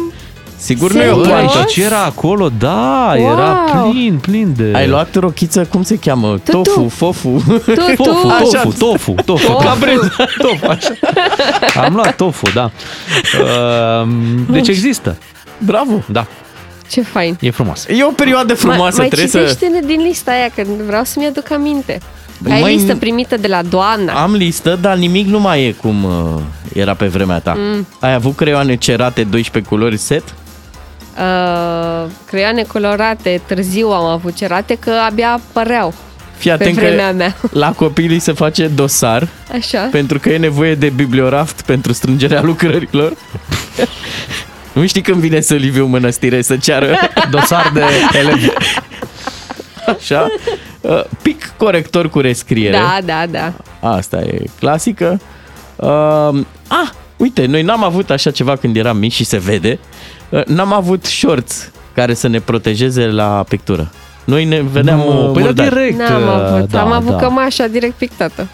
Sigur nu e o Serios? poantă. Deci era acolo, da, wow. Wow! era plin, plin de... Ai luat rochiță, cum se cheamă? Tutu. Tofu, fofu. Tu, Tofu, tu. tofu, Așa. tofu, tofu, tofu, Tofu. tofu, așa. Am luat tofu, da. Uh, Deci există, Bravo! da, Ce fain. e frumos. E o perioadă frumoasă, mai, mai trebuie să... citește-ne din lista aia, că vreau să-mi aduc aminte. Că Mai- ai listă primită de la doamna. Am listă, dar nimic nu mai e cum uh, era pe vremea ta. Mm. Ai avut creioane cerate 12 culori set? Uh, creioane colorate, târziu am avut cerate, că abia apăreau Fii pe atent vremea că mea. la copilii se face dosar Așa. pentru că e nevoie de biblioraft pentru strângerea lucrărilor. nu știi când vine să Liviu Mănăstire să ceară Dosar de elevi. așa? Uh, Pic corector cu rescriere. Da, da, da. Asta e clasică. Uh, ah, uite, noi n-am avut așa ceva când eram mici și se vede. Uh, n-am avut shorts care să ne protejeze la pictură. Noi ne vedeam Nu, uh, păi da, murdari. direct. N-am avut. Da, am avut da. cămașa direct pictată.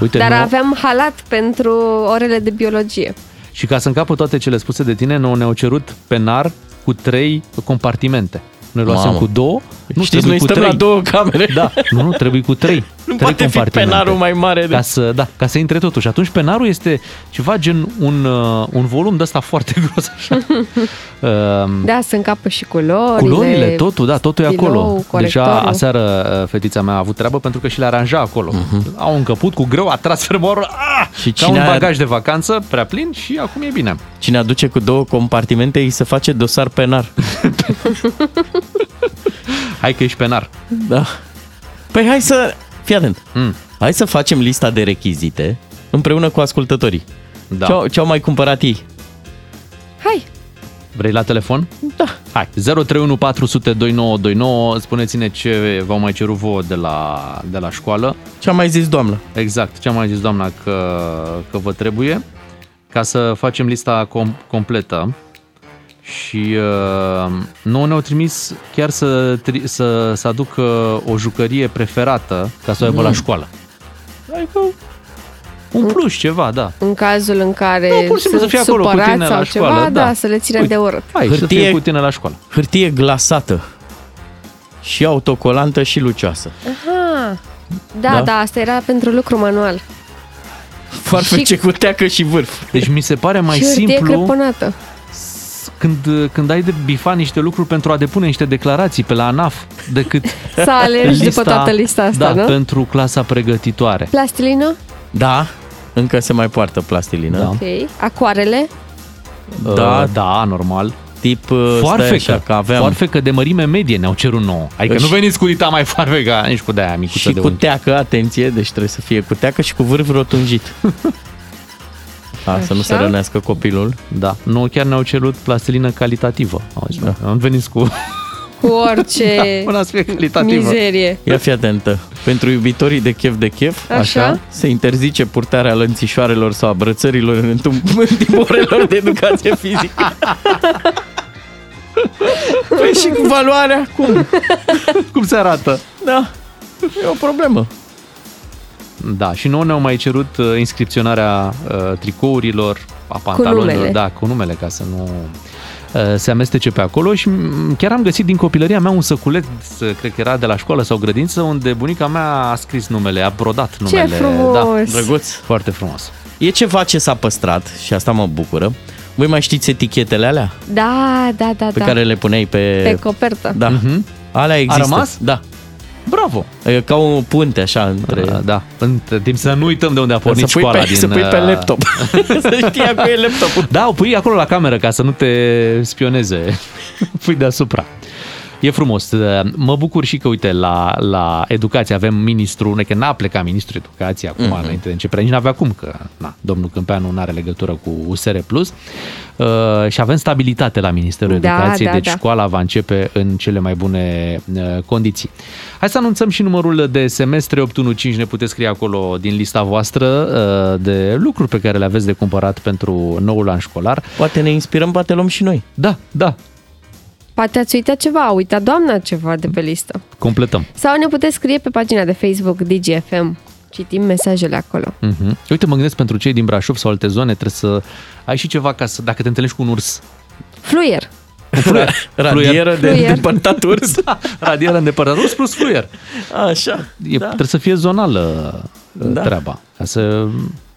Uite, Dar nu- aveam halat pentru orele de biologie. Și ca să încapă toate cele spuse de tine, noi ne-au cerut penar cu trei compartimente. Noi luasem Mamă. Deci cu două, nu Știți, trebuie noi cu stăm trei. la două camere. Da, nu, nu, trebuie cu trei. Nu trei poate fi compartimente. penarul mai mare. De... ca să, da, ca să intre totul. Și atunci penarul este ceva gen un, uh, un volum de ăsta foarte gros așa. Uh, Da, se încapă și culorile. Culorile, totul, da, totul e stilou, acolo. Deja corectorul. aseară uh, fetița mea a avut treabă pentru că și le aranja acolo. Uh-huh. Au încăput cu greu, a tras fermoarul, ah, Mhm. Și și ca cine un a- bagaj de vacanță prea plin și acum e bine. Cine aduce cu două compartimente, îi se face dosar penar. Hai că ești penar. Da. Păi hai să... Fii atent. Mm. Hai să facem lista de rechizite împreună cu ascultătorii. Da. Ce-au, ce-au mai cumpărat ei? Hai, Vrei la telefon? Da. Hai, 031 400 2929, spuneți-ne ce v-au mai cerut vouă de la, de la școală. Ce a mai zis doamna? Exact, ce a mai zis doamna că, că vă trebuie. Ca să facem lista com- completă și uh, nouă ne-au trimis chiar să, tri- să, să aduc uh, o jucărie preferată ca să o aibă Mm. la școală. Adică Mm. un plus ceva, da. În cazul în care Da, pur și simplu sunt să fie acolo cu supărați tine la sau școală, ceva, da. da. să le ținem de urât. Hai, să fie cu tine la școală. Hârtie glasată și autocolantă și lucioasă. Aha. Da, Da? da, da, asta era pentru lucru manual. Farfece cu teacă și vârf. Deci mi se pare mai și hârtie simplu crăpănată. când, când ai de bifat niște lucruri pentru a depune niște declarații pe la ANAF decât Să alergi după toată lista asta, da, nu? pentru clasa pregătitoare. Plastilină, Da, încă se mai poartă plastilină. Da, ok. Acoarele, da, da normal. Tip uh, stai Foarfecă, așa, că aveam foarfecă de mărime medie ne-au cerut nouă. Adică Și- nu veniți cu dita mai foarfeca, nici cu de-aia micuță și de cu unt. teacă, atenție, deci trebuie să fie cu teacă și cu vârf rotunjit. A, să nu se Așa. rănească copilul. Da, nu chiar ne-au cerut plastilină calitativă. Auzi, da. Am venit cu... cu orice Da, până să fie calitativă. mizerie. Ia fi atentă. Pentru iubitorii de chef de chef, așa, Așa. așa se interzice purtarea lănțișoarelor sau a brățărilor în, întum- în timpul orelor de educație fizică. păi și cu valoarea, cum? Cum se arată? Da, e o problemă. Da, și nouă ne-au mai cerut uh, inscripționarea uh, tricourilor, a pantalonilor, numele. da, cu numele, ca să nu uh, se amestece pe acolo și mm, chiar am găsit din copilăria mea un săculeț, uh, cred că era de la școală sau grădință, unde bunica mea a scris numele, a brodat numele. Da, frumos! drăguț. Foarte frumos. E ceva ce s-a păstrat și asta mă bucură. Voi mai știți etichetele alea Da, da, da, pe da. care le puneai pe... Pe copertă. Da. Mm-hmm. Alea există. Mhm. rămas? Da. Bravo! E ca un punte așa între... Da, da. În timp să nu uităm de unde a pornit Să pui școala pe- din, să pui pe uh, laptop. să știi acolo e laptopul. Da, o pui acolo la cameră ca să nu te spioneze. Pui deasupra. E frumos. Mă bucur și că, uite, la, la educație avem ministru, ne că n-a plecat ministrul educației acum, mm-hmm. Mhm. înainte de începere, nici n-avea cum, că na, domnul Câmpeanu nu are legătură cu USR+. Plus. Uh, și avem stabilitate la Ministerul Da, Educației, da, deci da. școala va începe în cele mai bune uh, condiții. Hai să anunțăm și numărul de SMS 3815, ne puteți scrie acolo din lista voastră uh, de lucruri pe care le aveți de cumpărat pentru noul an școlar. Poate ne inspirăm, poate luăm și noi. Da, da, Poate ați uitat ceva, a uitat doamna ceva de pe listă. completăm. Sau ne puteți scrie pe pagina de Facebook DGFM. Citim mesajele acolo. Mhm. Uite, mă gândesc pentru cei din Brașov sau alte zone, trebuie să ai și ceva ca să, dacă te întâlnești cu un urs. Fluier. Radieră de Fluier. îndepărtat urs. da, radieră îndepărtat urs plus fluier. Așa. E, da. da. Trebuie să fie zonală da. Da. treaba, ca să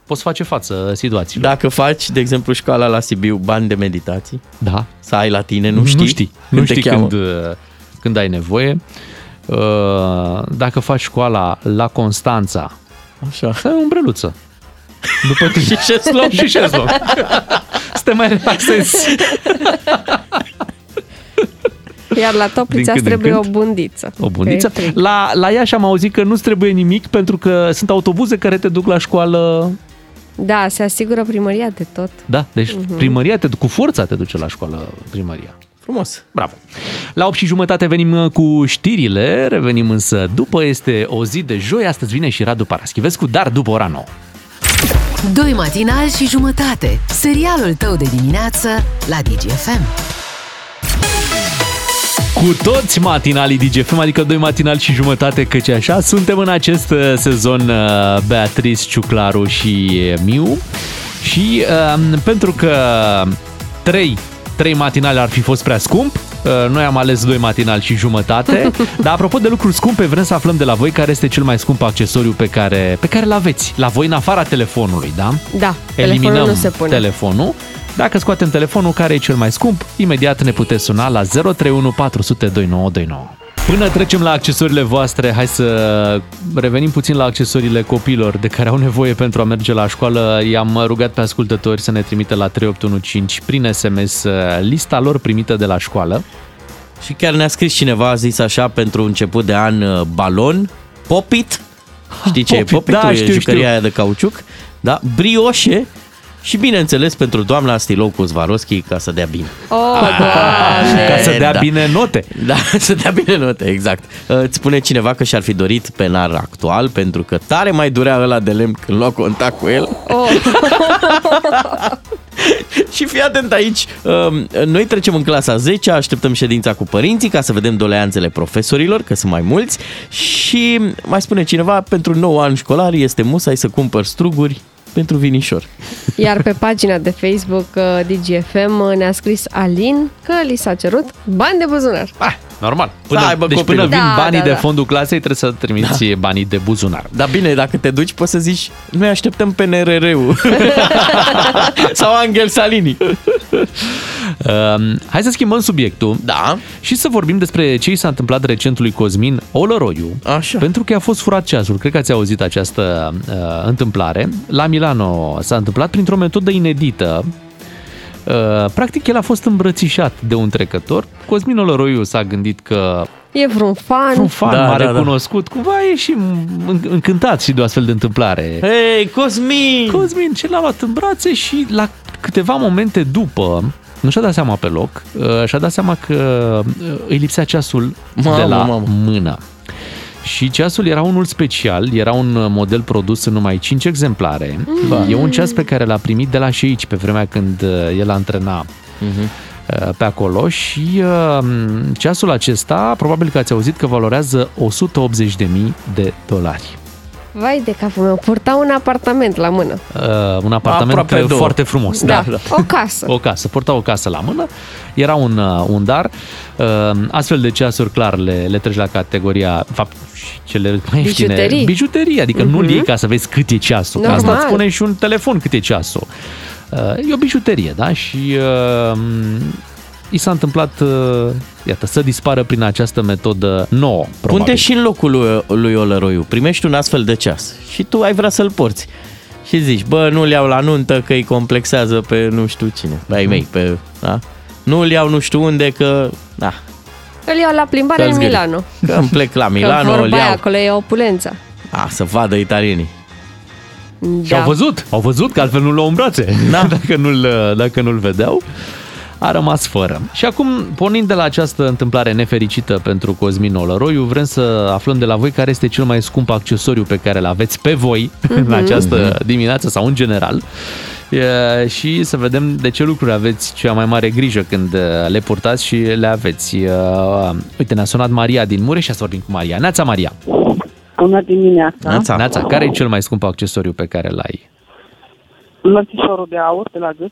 poți face față situațiilor. Dacă faci, de exemplu, școala la Sibiu, bani de meditații, Da. să ai la tine, nu știi? Nu știi, nu când te știi cheamă. când, uh, când ai nevoie. Uh, Dacă faci școala la Constanța, Așa. să ai o umbreluță. După tine. Și șezlong. și șezlong. Să te mai relaxezi. Iar la toplița Din îți când în trebuie o când. bundiță. O bundiță. Că e frig. La, la Iași am auzit că nu-ți trebuie nimic pentru că sunt autobuze care te duc la școală. Da, se asigură primăria de tot. Da, deci Mhm. primăria te, cu forța te duce la școală primăria. Frumos. Bravo. La 8 și jumătate venim uh, cu știrile, revenim însă după este o zi de joi, astăzi vine și Radu Paraschivescu, dar după ora 9. Doi matinali și jumătate. Serialul tău de dimineață la DGFM. Cu toți matinalii DGFM, adică doi matinali și jumătate, căci așa suntem în acest uh, sezon uh, Beatrice, Ciuclaru și uh, Miu. Și um, pentru că trei, trei matinale ar fi fost prea scump, uh, noi am ales doi matinali și jumătate. Dar apropo de lucruri scumpe, vrem să aflăm de la voi care este cel mai scump accesoriu pe care, pe care îl aveți. La voi în afara telefonului, da? Da, Eliminăm telefonul nu se pune. telefonul. Dacă scoatem telefonul, care e cel mai scump, imediat ne puteți suna la 031 400 2929. Până trecem la accesoriile voastre, hai să revenim puțin la accesoriile copiilor de care au nevoie pentru a merge la școală. I-am rugat pe ascultători să ne trimită la 3815 prin SMS uh, lista lor primită de la școală. Și chiar ne-a scris cineva, a zis așa, pentru început de an, uh, balon, popit, știi ce popit, e popitul? da, e știu, jucăria știu. aia de cauciuc, da, brioșe Și bineînțeles pentru doamna stilou cu Swarovski ca să dea bine. Oh, doamne! Ah, Ca să dea bine note. Da, să dea bine note, exact. Uh, Îți spune cineva că și-ar fi dorit penar actual pentru că tare mai durea ăla de lemn când lua contact cu el. Oh, Și fii atent aici, um, noi trecem în clasa 10, așteptăm ședința cu părinții ca să vedem doleanțele profesorilor, că sunt mai mulți, și mai spune cineva, pentru 9 ani școlar este musai să cumpăr struguri pentru vinișor. Iar pe pagina de Facebook uh, DGFM uh, ne-a scris Alin că li s-a cerut bani de buzunar. Normal. Până, Să aibă deci copilul. Da. până vin Da, banii da, de da. fondul clasei, trebuie să trimiți banii de buzunar. Dar bine, dacă te duci, poți să zici, noi așteptăm PNRR-ul. Sau Angel Salini. Um, hai să schimbăm subiectul. Da. Și să vorbim despre ce i s-a întâmplat recentului Cosmin Oloroiu. Așa. Pentru că a fost furat ceasul. Cred că ați auzit această uh, întâmplare. La Milano s-a întâmplat printr-o metodă inedită. Uh, practic, el a fost îmbrățișat de un trecător. Cosmin Oloroiu s-a gândit că E vreun fan. un fan da, mare da, cunoscut, cumva e și înc- încântat și de o astfel de întâmplare. Hei, Cosmin! Cosmin, ce l-a luat în brațe și la câteva momente după, nu și-a dat seama pe loc, uh, și-a dat seama că uh, îi lipsea ceasul Mamă, de la mamă. mână. Și ceasul era unul special, era un uh, model produs în numai 5 exemplare. Ba. E un ceas pe care l-a primit de la șeici pe vremea când uh, el antrena Mhm. uh, pe acolo și uh, ceasul acesta, probabil că ați auzit că valorează 180.000 de dolari. Vai de capul meu, purta un apartament la mână. Uh, un apartament Aproape care e două. Da. foarte frumos. Da. O casă. O casă, purta o casă la mână, era un, uh, un dar. Uh, Astfel de ceasuri, clar, le, le treci la categoria, în fapt, și cele mai ieftine. Bijuterii. Mhm. Bijuterii, adică uh-huh. nu-l iei ca să vezi cât e ceasul. Normal. Asta Normal. îți spune și un telefon cât e ceasul. Uh, E o bijuterie, da? Și uh, i s-a întâmplat, uh, iată, să dispară prin această metodă nouă, probabil. Punte și în locul lui, lui Olăroiu. Primești un astfel de ceas și tu ai vrea să-l porți. Și zici, bă, nu-l iau la nuntă că îi complexează pe nu știu cine. Pe ai mei, pe... Da? Nu-l iau nu știu unde că... Da, Îl iau la plimbare în Că-ți gândi. Milano. că îmi plec la că Milano, îl vorba aia, iau. acolo e opulența. A, să vadă italienii. Și da. au văzut, au văzut că altfel nu-l luau în brațe, da. dacă, nu-l, dacă nu-l vedeau. A rămas fără. Și acum, pornind de la această întâmplare nefericită pentru Cosmin Olăroiu, vrem să aflăm de la voi care este cel mai scump accesoriu pe care îl aveți pe voi mm-hmm. în această dimineață sau în general. E, și să vedem de ce lucruri aveți cea mai mare grijă când e, le purtați și le aveți. E, uh, Uite, ne-a sunat Maria din Mureș și să vorbim cu Maria. Neața, Maria! Bună dimineața! Neața. Neața, care e cel mai scump accesoriu pe care l-ai? Lățișorul de aur de la gât,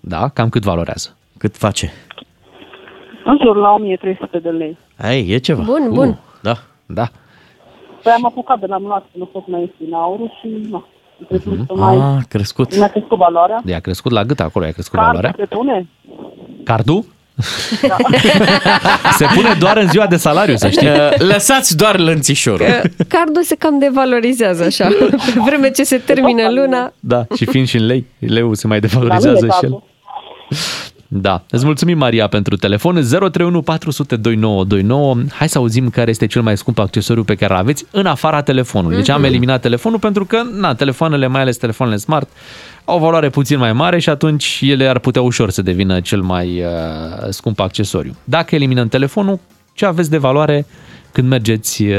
Da? Cam cât valorează? Cât face? în jur la 1300 de lei. Ai, e ceva. Bun, bun. Da. Da. Păi am apucat de la mânat, nu pot mai este în aurul și nu. Trebuie să mai... Mhm. A, crescut. Mi-a crescut valoarea. I-a crescut la gât acolo, i-a crescut Cardul valoarea. se pune? Cardu? se pune doar în ziua de salariu, să știi. Uh, Lăsați doar lănțișorul. Cardul se cam devalorizează așa. Pe vreme ce se termină luna, Da, și fiind și în lei, leu se mai La mine devalorizează și el. cardul. Da, îți mulțumim, Maria, pentru telefon. 031 400 2929. Hai să auzim care este cel mai scump accesoriu pe care îl aveți în afara telefonului. Deci am eliminat telefonul pentru că, na, telefoanele, mai ales telefoanele smart, au o valoare puțin mai mare și atunci ele ar putea ușor să devină cel mai uh, scump accesoriu. Dacă eliminăm telefonul, ce aveți de valoare când mergeți, uh,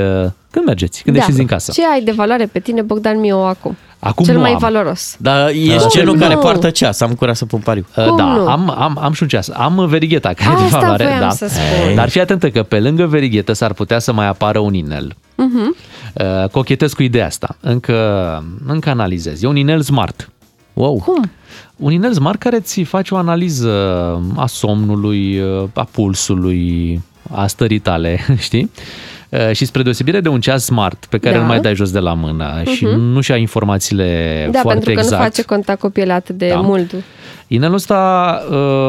când mergeți, când Da. ieșiți din casă? Ce ai de valoare pe tine, Bogdan Miu, acum? Acum Cel nu mai am. Da, valoros. Dar Da. Cum ești genul nu? care poartă ceas. Am curaj să pun pariu. Uh, Cum da, nu? am, am, am și un ceas. Am verigheta care e de Asta valoare. voiam da. să spun. Dar fii atentă că pe lângă verighetă s-ar putea să mai apară un inel. Mhm. Uh, Cochetez cu ideea asta. Încă, încă analizez. E un inel smart. Wow. Cum? Un inel smart care ți face o analiză a somnului, uh, a pulsului, a stării tale, știi? Uh, Și spre deosebire de un ceas smart pe care Da. Mhm. îl mai dai jos de la mână și nu și-a informațiile Da, foarte pentru că exact. nu face contact cu pielea atât de Da. mult. Inelul ăsta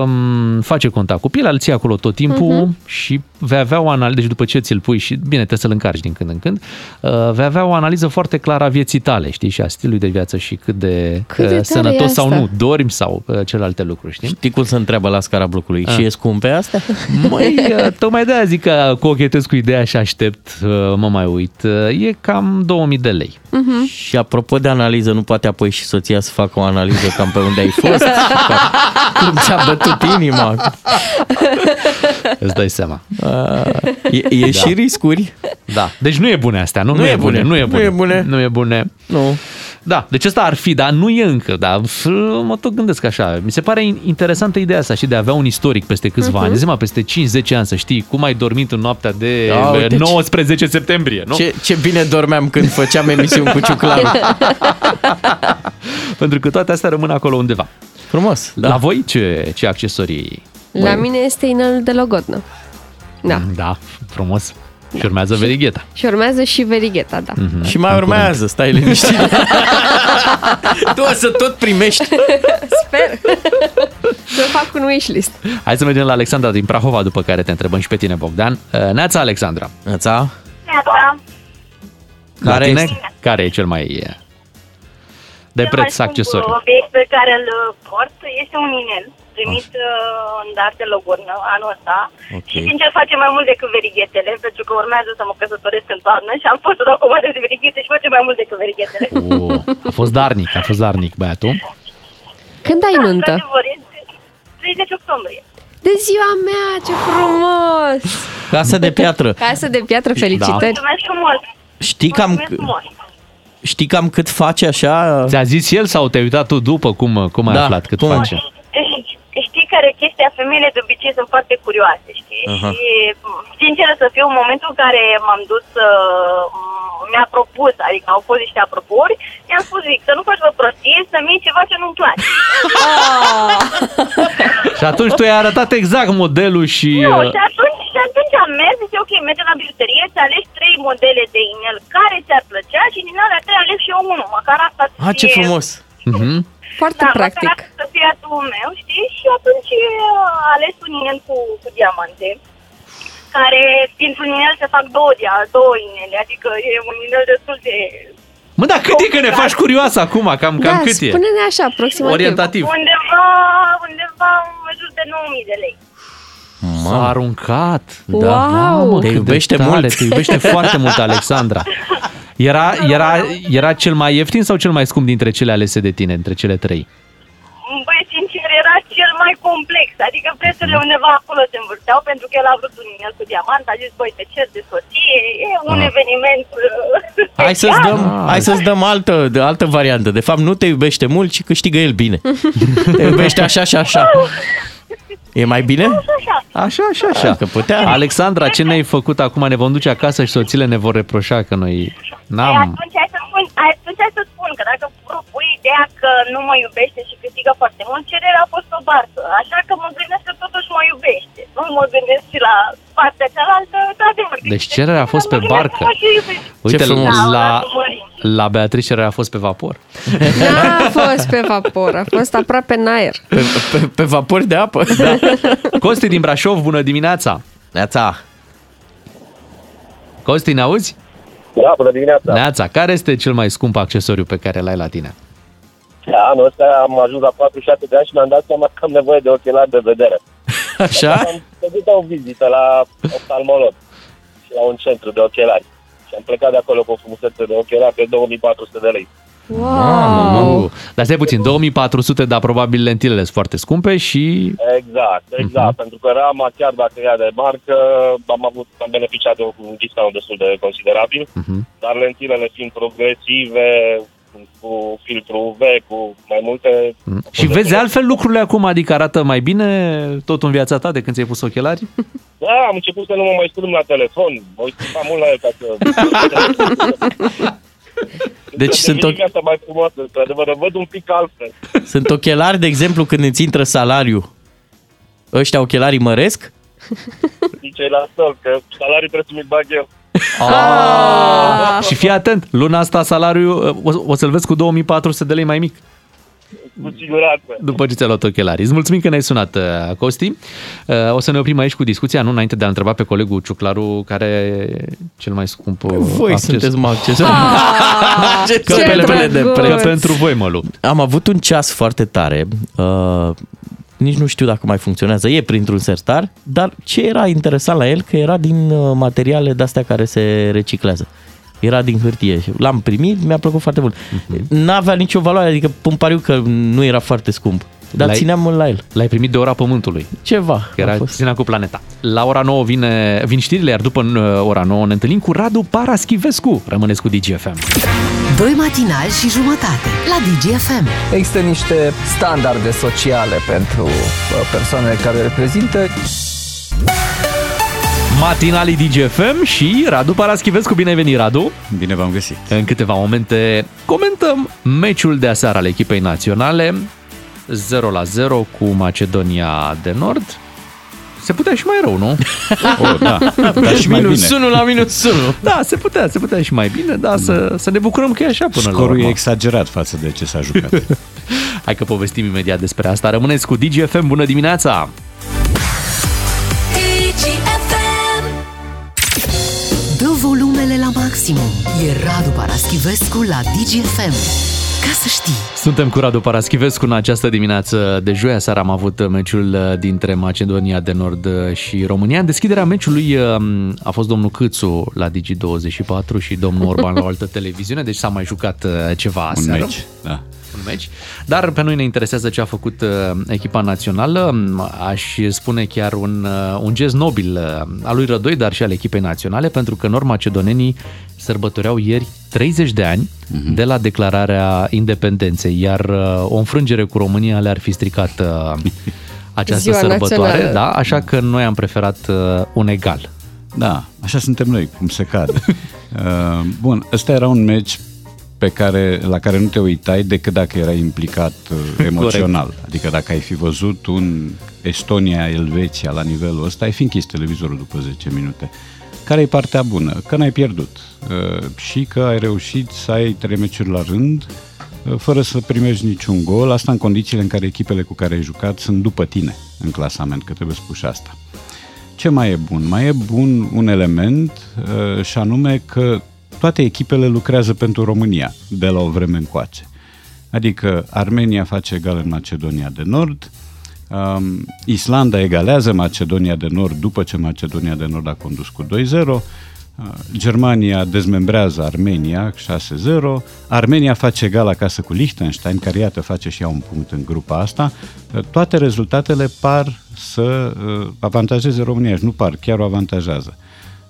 um, face contact cu pielea, îl ții acolo tot timpul Mhm. uh-huh. și vei avea o analiză, deci după ce ți-l pui și, bine, trebuie să-l încarci din când în când, uh, vei avea o analiză foarte clară a vieții tale, știi, și a stilului de viață și cât de, Cât de tare uh, e sănătos sau asta? nu, dormi sau uh, celelalte lucruri, știi? Ah. Știi cum se întreabă la scara blocului? Și e scump pe asta? Măi, uh, tocmai de-aia zic că cochetez cu ideea și aștept, uh, mă mai uit. Uh, E cam 2000 de lei. Uh-huh. Și apropo de analiză, nu poate apoi Păi și soția să facă o analiză cam pe unde ai fost? cum ți-a bătut inima? Îți dai seama. E, e da. și riscuri. Da. Deci nu e bune astea, nu? Nu e bune. Nu e Nu bune. e bune. Nu e bune. Nu. Da, deci asta ar fi, dar nu e încă, dar f- mă tot gândesc așa. Mi se pare in- interesantă ideea asta și de a avea un istoric peste câțiva Mhm. ani, zi peste 5-10 ani, să știi cum ai dormit în noaptea de Da, da, uite ce- 19 septembrie, nu? Ce, ce bine dormeam când făceam emisiuni cu ciuclarul. Pentru că toate astea rămân acolo undeva. Frumos. Da. La voi ce, ce accesorii? La mine este inelul de logodnă. Da. Da, frumos. Și urmează verigheta. Și urmează și verigheta, da. Mhm. Și mai urmează, stai liniștit. tu o să tot primești. Sper. Să fac un wishlist. Hai să mergem la Alexandra din Prahova, după care te întrebăm și pe tine, Bogdan. Uh, Neața, Alexandra. Neața. da. Care, Care tine, este? care e cel mai uh, de preț accesoriu? obiect pe care îl uh, port este un inel primit uh, în dar de logurnă anul ăsta și sincer face mai mult decât verighetele pentru că urmează să mă căsătoresc în toamnă și am fost o comandă de verighete și face mai mult decât verighetele. Oh, a fost darnic, a fost darnic băiatul. Când ai nuntă? Da, Într-adevăr, este 30 octombrie. De ziua mea, ce frumos! Casă de piatră. Casă de piatră, felicitări! Mulțumesc frumos! Știi cam, Mulțumesc frumos! știi cam cât face așa? Ți-a zis el sau te-ai uitat tu după cum, uh, cum ai Da, aflat cât cum? face? Deci, știi care e chestia, femeile de obicei sunt foarte curioase, știi? Aha. Și, sincer să fiu, în momentul în care m-am dus, uh, m- mi-a propus, adică au fost niște apropiuri, mi-am spus, zic, să nu faci vă prostie, să-mi iei ceva ce nu-mi place. Ah! Și atunci tu i-ai arătat exact modelul și... Nu, uh, și atunci, și atunci am mers, zice, ok, mergem la bijuterie, să alegi trei modele de inel care ți-ar plăcea și din alea trei aleg și eu unul, măcar asta să Ah, ce fie- frumos. Mhm. Foarte da, practic. măcar asta să fie atul meu, știi? Și atunci uh, a ales un inel cu, cu diamante, care, dintr-un inel se fac două, dia- două inele, adică e un inel destul de... Mă, dar cât e că ne faci curioasă acum? Cam, cam da, cât e? spune-ne așa, aproximativ. Orientativ. Undeva, undeva în jur de 9.000 de lei. S-a aruncat. Wow! Mamă, Te cât iubește de tare, mult. Te iubește foarte mult, Alexandra. Era, era, era cel mai ieftin sau cel mai scump dintre cele alese de tine, între cele trei? Băi, sincer, era cel mai complex, adică prețurile undeva acolo se învârteau, pentru că el a vrut un inel cu diamant, a zis, băi, te cer de soție, e un Ah. eveniment... uh, Hai să-ți special. dăm, hai să-ți dăm altă, de- altă variantă. De fapt, nu te iubește mult, ci câștigă el bine. Te iubește așa și așa. E mai bine? Așa, așa, așa. Că putea. Alexandra, ce ne-ai făcut acum? Ne vom duce acasă și soțile ne vor reproșa că noi Păi n-am... atunci hai să spun, atunci hai să spun că dacă propui ideea că nu mă iubește și câștigă foarte mult, cererea a fost o barcă. Așa că mă gândesc că totuși mă iubește. Nu mă gândesc și la partea cealaltă, într-adevăr. Deci cererea a fost pe Păi, Mă gândesc barcă. că mă și Da, iubește. Uite, frumos. la, la Beatrice cererea a fost pe vapor. N-a fost pe vapor, a fost aproape în aer. Pe, pe, pe vapor de apă? Da. Costi din Brașov, bună dimineața! Neața! Costi, ne auzi? Da, bună dimineața. Neața, care este cel mai scump accesoriu pe care l-ai la tine? Da, anul ăsta am ajuns la 47 de ani și mi-am dat seama că am nevoie de ochelari de vedere. Așa? Am făcut o vizită la oftalmolog și la un centru de ochelari. Și am plecat de acolo cu o frumusețe de ochelari pe 2400 de lei. Wow. Dar stai puțin, 2400, dar da, probabil lentilele sunt foarte scumpe și... Exact, Mhm. exact. Uh-huh. Pentru că rama, chiar dacă ea de marcă, am avut am beneficiat de un discount destul de considerabil, Mhm. Mhm. uh-huh. dar lentilele fiind progresive, cu filtru UV, cu mai multe, Mhm. Și vezi altfel lucrurile acum, adică arată mai bine tot în viața ta de când ți-ai pus ochelari? Da, am început să nu mă mai strâm la telefon. Mă uitam mult la el ca să... Deci Să sunt devină tot- viața mai frumoasă, într-adevăr, o văd un pic altfel. Sunt ochelari, de exemplu, când îți intră salariu. Ăștia ochelarii măresc? Zice la sol, că salariul trebuie să mi-l bag eu. Da. Și fii atent, luna asta salariul o, o să-l vezi cu 2400 de lei mai mic. cu siguranță. După ce ți-a luat ochelarii. Îți mulțumim că ne-ai sunat, uh, Costi. Uh, O să ne oprim aici cu discuția, nu înainte de a întreba pe colegul Ciuclaru, care e cel mai scump uh, Voi acces. sunteți mă acces. Că pe- Că pentru voi mă lupt. Am avut un ceas foarte tare. Uh, nici nu știu dacă mai funcționează. E printr-un sertar, dar ce era interesant la el, că era din uh, materiale de-astea care se reciclează. Era din hârtie. L-am primit, mi-a plăcut foarte mult. Mhm. N-avea nicio valoare, adică pun pariu că nu era foarte scump. Dar L-ai- țineam mult la el. L-ai primit de ora pământului. Ceva. Că era ținea cu planeta. La ora 9 vine, vin știrile, iar după uh, ora 9 ne întâlnim cu Radu Paraschivescu. Rămâneți cu DGFM. Doi matinali și jumătate la DGFM. Există niște standarde sociale pentru uh, persoanele care le reprezintă. Matinalii DGFM și Radu Paraschivescu. Bine ai venit, Radu! Bine v-am găsit! În câteva momente comentăm meciul de aseară al echipei naționale. 0 la 0 cu Macedonia de Nord. Se putea și mai rău, nu? Oh, da. Dar și mai minus bine. 1 la minus 1. Da, se putea, se putea și mai bine, dar să, să ne bucurăm că e așa până la Mm. Scorul urmă. e exagerat față de ce s-a jucat. Hai că povestim imediat despre asta. Rămâneți cu DGFM. Bună dimineața! DGFM. Dă volumele la maximum. E Radu Paraschivescu la DGFM. Ca să știi. Suntem cu Radu Paraschivescu în această dimineață de joia. Seara am avut meciul uh, dintre Macedonia de Nord uh, și România. În deschiderea meciului um, a fost domnul Câțu la Digi24 și domnul Orban la o altă televiziune, deci s-a mai jucat uh, ceva Un aseară. meci, da. Un meci. Dar pe noi ne interesează ce a făcut uh, echipa națională. Mm, Aș spune chiar un, uh, un gest nobil uh, al lui Rădoi, dar și al echipei naționale, pentru că nor macedonenii sărbătoreau ieri 30 de ani Mhm. de la declararea independenței, iar uh, o înfrângere cu România le-ar fi stricat uh, această Ziua sărbătoare, națională. da, așa că noi am preferat uh, un egal. Da, așa suntem noi, cum se cade. Uh, Bun, ăsta era un meci pe care, la care nu te uitai decât dacă erai implicat uh, emoțional. Adică dacă ai fi văzut un Estonia-Elveția la nivelul ăsta, ai fi închis televizorul după 10 minute. Care e partea bună? Că n-ai pierdut uh, și că ai reușit să ai trei meciuri la rând uh, fără să primești niciun gol, asta în condițiile în care echipele cu care ai jucat sunt după tine în clasament, că trebuie spus și asta. Ce mai e bun? Mai e bun un element uh, și anume că toate echipele lucrează pentru România de la o vreme încoace. Adică Armenia face egal în Macedonia de Nord, um, Islanda egalează Macedonia de Nord după ce Macedonia de Nord a condus cu 2-0, uh, Germania dezmembrează Armenia 6-0, Armenia face egal acasă cu Liechtenstein, care iată face și ea un punct în grupa asta. Uh, Toate rezultatele par să uh, avantajeze România și nu par, chiar o avantajează.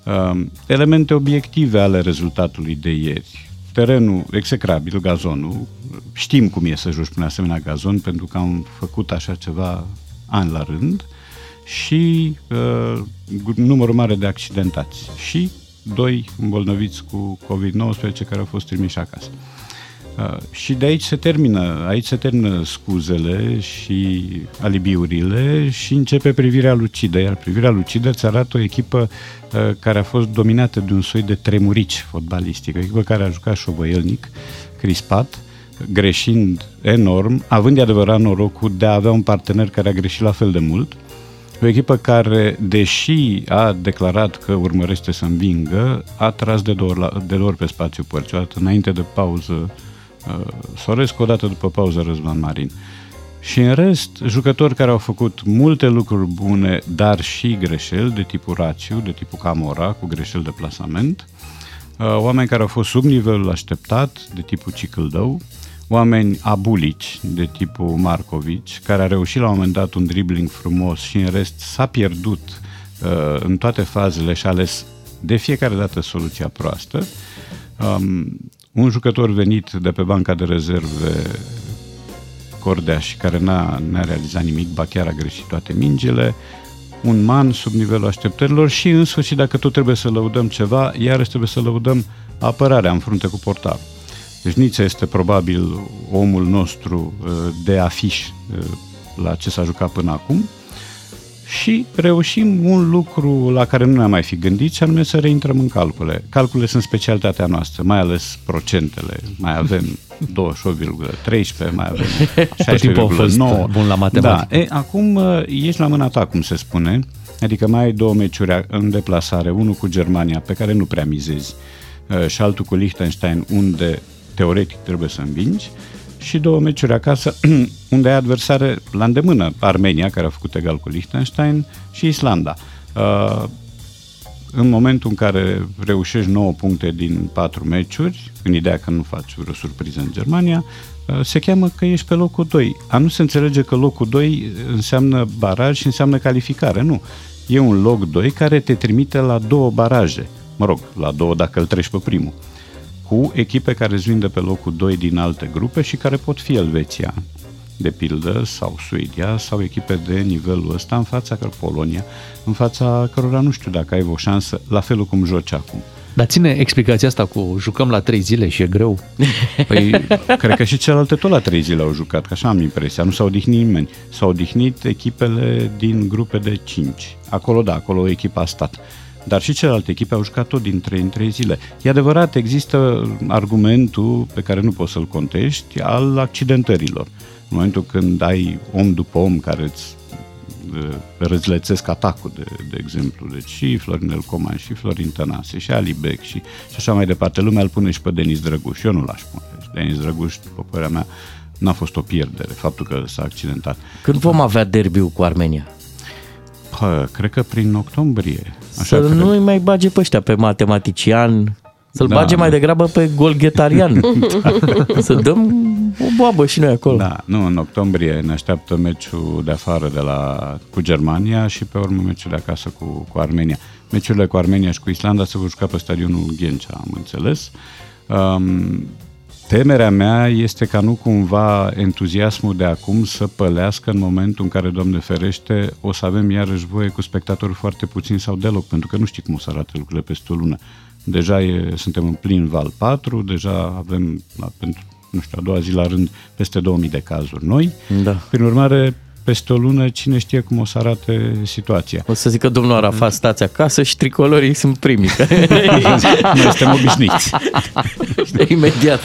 Uh, Elemente obiective ale rezultatului de ieri. Terenul execrabil, gazonul, știm cum e să joci prin asemenea gazon pentru că am făcut așa ceva an la rând și uh, gru- numărul mare de accidentați și doi îmbolnăviți cu COVID-19 care au fost trimiși acasă. Uh, și de aici se termină, aici se termină scuzele și alibiurile și începe privirea lucidă, iar privirea lucidă îți arată o echipă uh, care a fost dominată de un soi de tremurici fotbalistic, o echipă care a jucat șovăielnic, crispat, greșind enorm, având de adevărat norocul de a avea un partener care a greșit la fel de mult, o echipă care, deși a declarat că urmărește să învingă, a tras de două, ori la, de două ori pe spațiu părți, o dată înainte de pauză uh, Sorescu, o dată după pauză Răzvan Marin. Și în rest, jucători care au făcut multe lucruri bune, dar și greșeli de tipul Raciu, de tipul Camora, cu greșeli de plasament, Uh, oameni care au fost sub nivelul așteptat, de tipul Cicâldău, oameni abulici, de tipul Marcovici, care a reușit la un moment dat un dribbling frumos și în rest s-a pierdut uh, în toate fazele și a ales de fiecare dată soluția proastă. Um, un jucător venit de pe banca de rezerve Cordea și care n-a, n-a realizat nimic, ba chiar a greșit toate mingile, un man sub nivelul așteptărilor și în sfârșit, dacă tot trebuie să lăudăm ceva, iarăși trebuie să lăudăm apărarea în frunte cu portarul. Deci Niță este probabil omul nostru uh, de afiș uh, la ce s-a jucat până acum și reușim un lucru la care nu ne-am mai fi gândit, și anume să reintrăm în calcule. Calcule sunt specialitatea noastră, mai ales procentele. Mai avem 28,13, mai avem 16,9. Tot timpul a fost bun la matematică. Da, e, acum ești la mâna ta, cum se spune, adică mai ai două meciuri în deplasare, unul cu Germania, pe care nu prea mizezi, uh, și altul cu Liechtenstein, unde teoretic trebuie să învingi, și două meciuri acasă, unde ai adversare la îndemână Armenia, care a făcut egal cu Liechtenstein, și Islanda. Uh, în momentul în care reușești 9 puncte din 4 meciuri, în ideea că nu faci vreo surpriză în Germania, uh, se cheamă că ești pe locul 2. A nu se înțelege că locul 2 înseamnă baraj și înseamnă calificare, nu. E un loc 2 care te trimite la două baraje. Mă rog, la două dacă îl treci pe primul cu echipe care îți vin de pe locul 2 din alte grupe și care pot fi Elveția, de pildă, sau Suedia, sau echipe de nivelul ăsta în fața căr Polonia, în fața cărora nu știu dacă ai o șansă, la felul cum joci acum. Dar ține explicația asta cu jucăm la 3 zile și e greu. Păi, cred că și celelalte tot la 3 zile au jucat, că așa am impresia, nu s-au odihnit nimeni. S-au odihnit echipele din grupe de 5. Acolo, da, acolo echipa a stat dar și celelalte echipe au jucat tot din 3 în 3 zile. E adevărat, există argumentul pe care nu poți să-l contești al accidentărilor. În momentul când ai om după om care îți Eh, răzlețesc atacul, de, de exemplu. Deci și Florinel Coman, și Florin Tănase, și Ali Beck, și, și așa mai departe. Lumea îl pune și pe Denis Drăguș. Eu nu l-aș pune. Deci Denis Drăguș, după părerea mea, n-a fost o pierdere, faptul că s-a accidentat. Când vom avea derbiul cu Armenia? Pă, cred că prin octombrie. Așa să cred. nu-i mai bage pe ăștia, pe matematician, să-l da. bage mai degrabă pe golghetarian. da. Să dăm o boabă și noi acolo. Da, nu, în octombrie ne așteaptă meciul de afară de la, cu Germania și pe urmă meciul de acasă cu, cu Armenia. Meciurile cu Armenia și cu Islanda se vor juca pe stadionul Ghencea, am înțeles. Um, temerea mea este ca nu cumva entuziasmul de acum să pălească în momentul în care, Doamne ferește, o să avem iarăși voie cu spectatori foarte puțin sau deloc, pentru că nu știi cum o să arate lucrurile peste o lună. Deja e, suntem în plin val 4, deja avem, la, pentru, nu știu, a doua zi la rând, peste 2000 de cazuri noi. Da. Prin urmare, peste o lună cine știe cum o să arate situația. O să zică domnul Arafat, stați acasă și tricolorii sunt primii. Noi suntem obișnuiți. Imediat,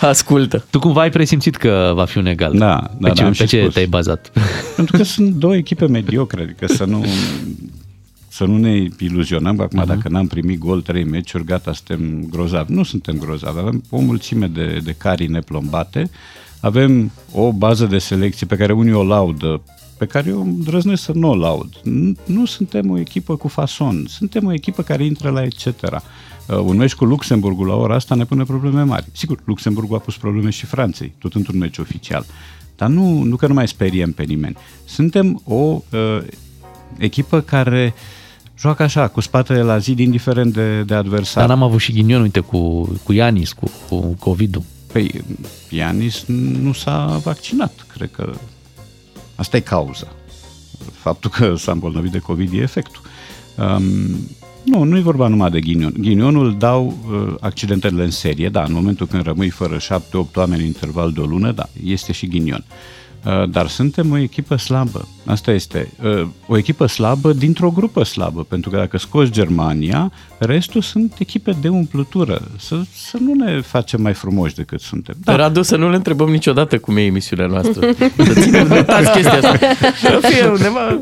ascultă. Tu cumva ai presimțit că va fi un egal. Deci, Da, da, pe ce, da, am pe și ce spus. te-ai bazat? Pentru că sunt două echipe mediocre, adică să nu să nu ne iluzionăm că acum uh-huh. dacă n-am primit gol trei meciuri, gata, suntem grozavi. Nu suntem grozavi, avem o mulțime de, de carii neplombate, avem o bază de selecție pe care unii o laudă, pe care eu îndrăznesc să nu o laud. Nu, nu suntem o echipă cu fason, suntem o echipă care intră la etc. Uh, un meci cu Luxemburgul la ora asta ne pune probleme mari. Sigur, Luxemburgul a pus probleme și Franței, tot într-un meci oficial. Dar nu, nu că nu mai speriem pe nimeni. Suntem o uh, echipă care joacă așa, cu spatele la zid, indiferent de, de adversar. Dar n-am avut și ghinion, uite, cu, cu Ianis, cu, cu COVID-ul. Păi, Ianis nu s-a vaccinat, cred că asta e cauza. Faptul că s-a îmbolnăvit de COVID e efectul. Um, nu, nu e vorba numai de ghinion. Ghinionul dau uh, accidentele în serie, da, în momentul când rămâi fără 7-8 oameni în interval de o lună, da, este și ghinion. Uh, dar suntem o echipă slabă. Asta este. Uh, o echipă slabă dintr-o grupă slabă, pentru că dacă scoți Germania, restul sunt echipe de umplutură. Să, să nu ne facem mai frumoși decât suntem. Da. Radu, să nu le întrebăm niciodată cum e emisiunea noastră. să ținem notați chestia asta. Da. Să fie undeva...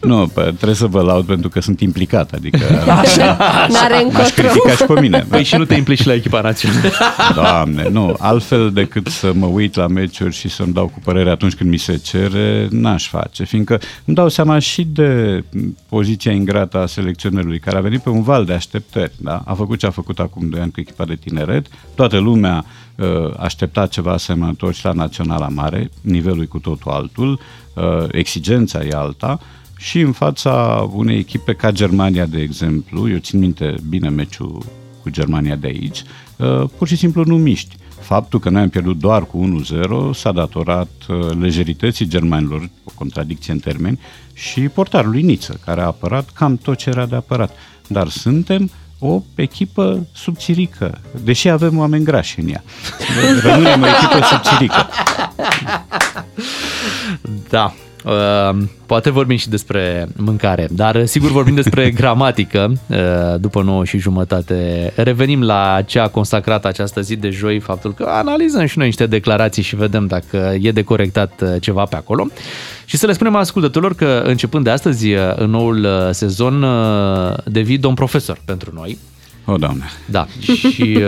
Nu, pă, trebuie să vă laud pentru că sunt implicat, adică... Așa, așa. N-are M-aș încotro. critica și pe mine. Păi și nu te implici la echipa națională. Da. Doamne, nu. Altfel decât să mă uit la meciuri și să-mi dau cu părere atunci când mi se cere, n-aș face. Fiindcă îmi dau seama și de poziția ingrată a selecționerului, care a venit pe un val de așteptări. Da? A făcut ce a făcut acum 2 ani cu echipa de tineret. Toată lumea uh, aștepta ceva asemănător și la Naționala Mare. Nivelul e cu totul altul. Uh, exigența e alta și în fața unei echipe ca Germania, de exemplu, eu țin minte bine meciul cu Germania de aici, uh, pur și simplu nu miști. Faptul că noi am pierdut doar cu 1-0 s-a datorat uh, lejerității germanilor, o contradicție în termeni, și portarului Niță, care a apărat cam tot ce era de apărat. Dar suntem o echipă subțirică, deși avem oameni grași în ea. Rămânem o echipă subțirică. Da. Uh, poate vorbim și despre mâncare, dar uh, sigur vorbim despre gramatică uh, după 9 și jumătate. Revenim la ce a consacrat această zi de joi, faptul că analizăm și noi niște declarații și vedem dacă e de corectat uh, ceva pe acolo. Și să le spunem ascultătorilor că începând de astăzi, uh, în noul uh, sezon, uh, devii domn profesor pentru noi. O, doamne. Da, și uh,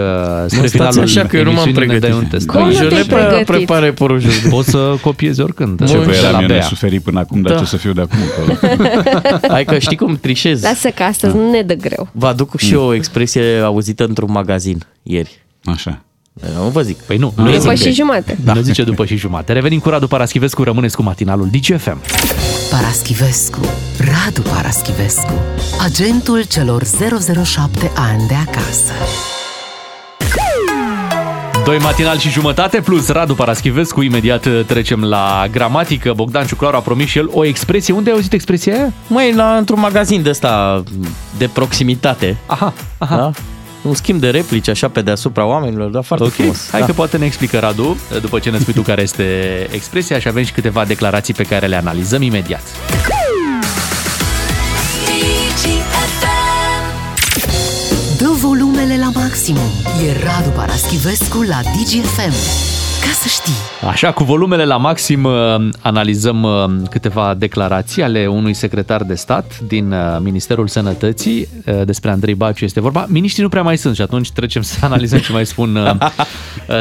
spre stați finalul așa că eu nu m-am emisiunii ne pregătit. dai un test. Păi, Cum nu te-ai Jole pre- pregătit? prepare porujul. Poți să copiezi oricând. Ce Bun. voi De la eram eu Bea. nesuferit până acum, dar Da. ce o să fiu de acum încolo? Hai că știi cum trișez. Lasă că astăzi nu ne dă greu. Vă aduc și eu o expresie auzită într-un magazin ieri. Așa. Nu vă zic. Păi nu. Nu e După zic. și jumate. Da. Ne zice după și jumate. Revenim cu Radu Paraschivescu, rămâneți cu matinalul DGFM. Paraschivescu, Radu Paraschivescu, agentul celor 007 ani de acasă. Doi matinal și jumătate plus Radu Paraschivescu. Imediat uh, trecem la gramatică. Bogdan Ciuclaru a promis și el o expresie. Unde ai auzit expresia aia? Măi, la, într-un magazin de ăsta de proximitate. Aha, aha. Da? Un schimb de replici așa pe deasupra oamenilor, dar foarte Ok, frumos. hai da. că poate ne explică Radu, după ce ne spui tu care este expresia și avem și câteva declarații pe care le analizăm imediat. Dă volumele la maximum. E Radu Paraschivescu la DGFM. Ca să știi. Așa, cu volumele la maxim uh, analizăm uh, câteva declarații ale unui secretar de stat din uh, Ministerul Sănătății uh, despre Andrei Baciu este vorba. Miniștrii nu prea mai sunt și atunci trecem să analizăm ce mai spun uh, uh,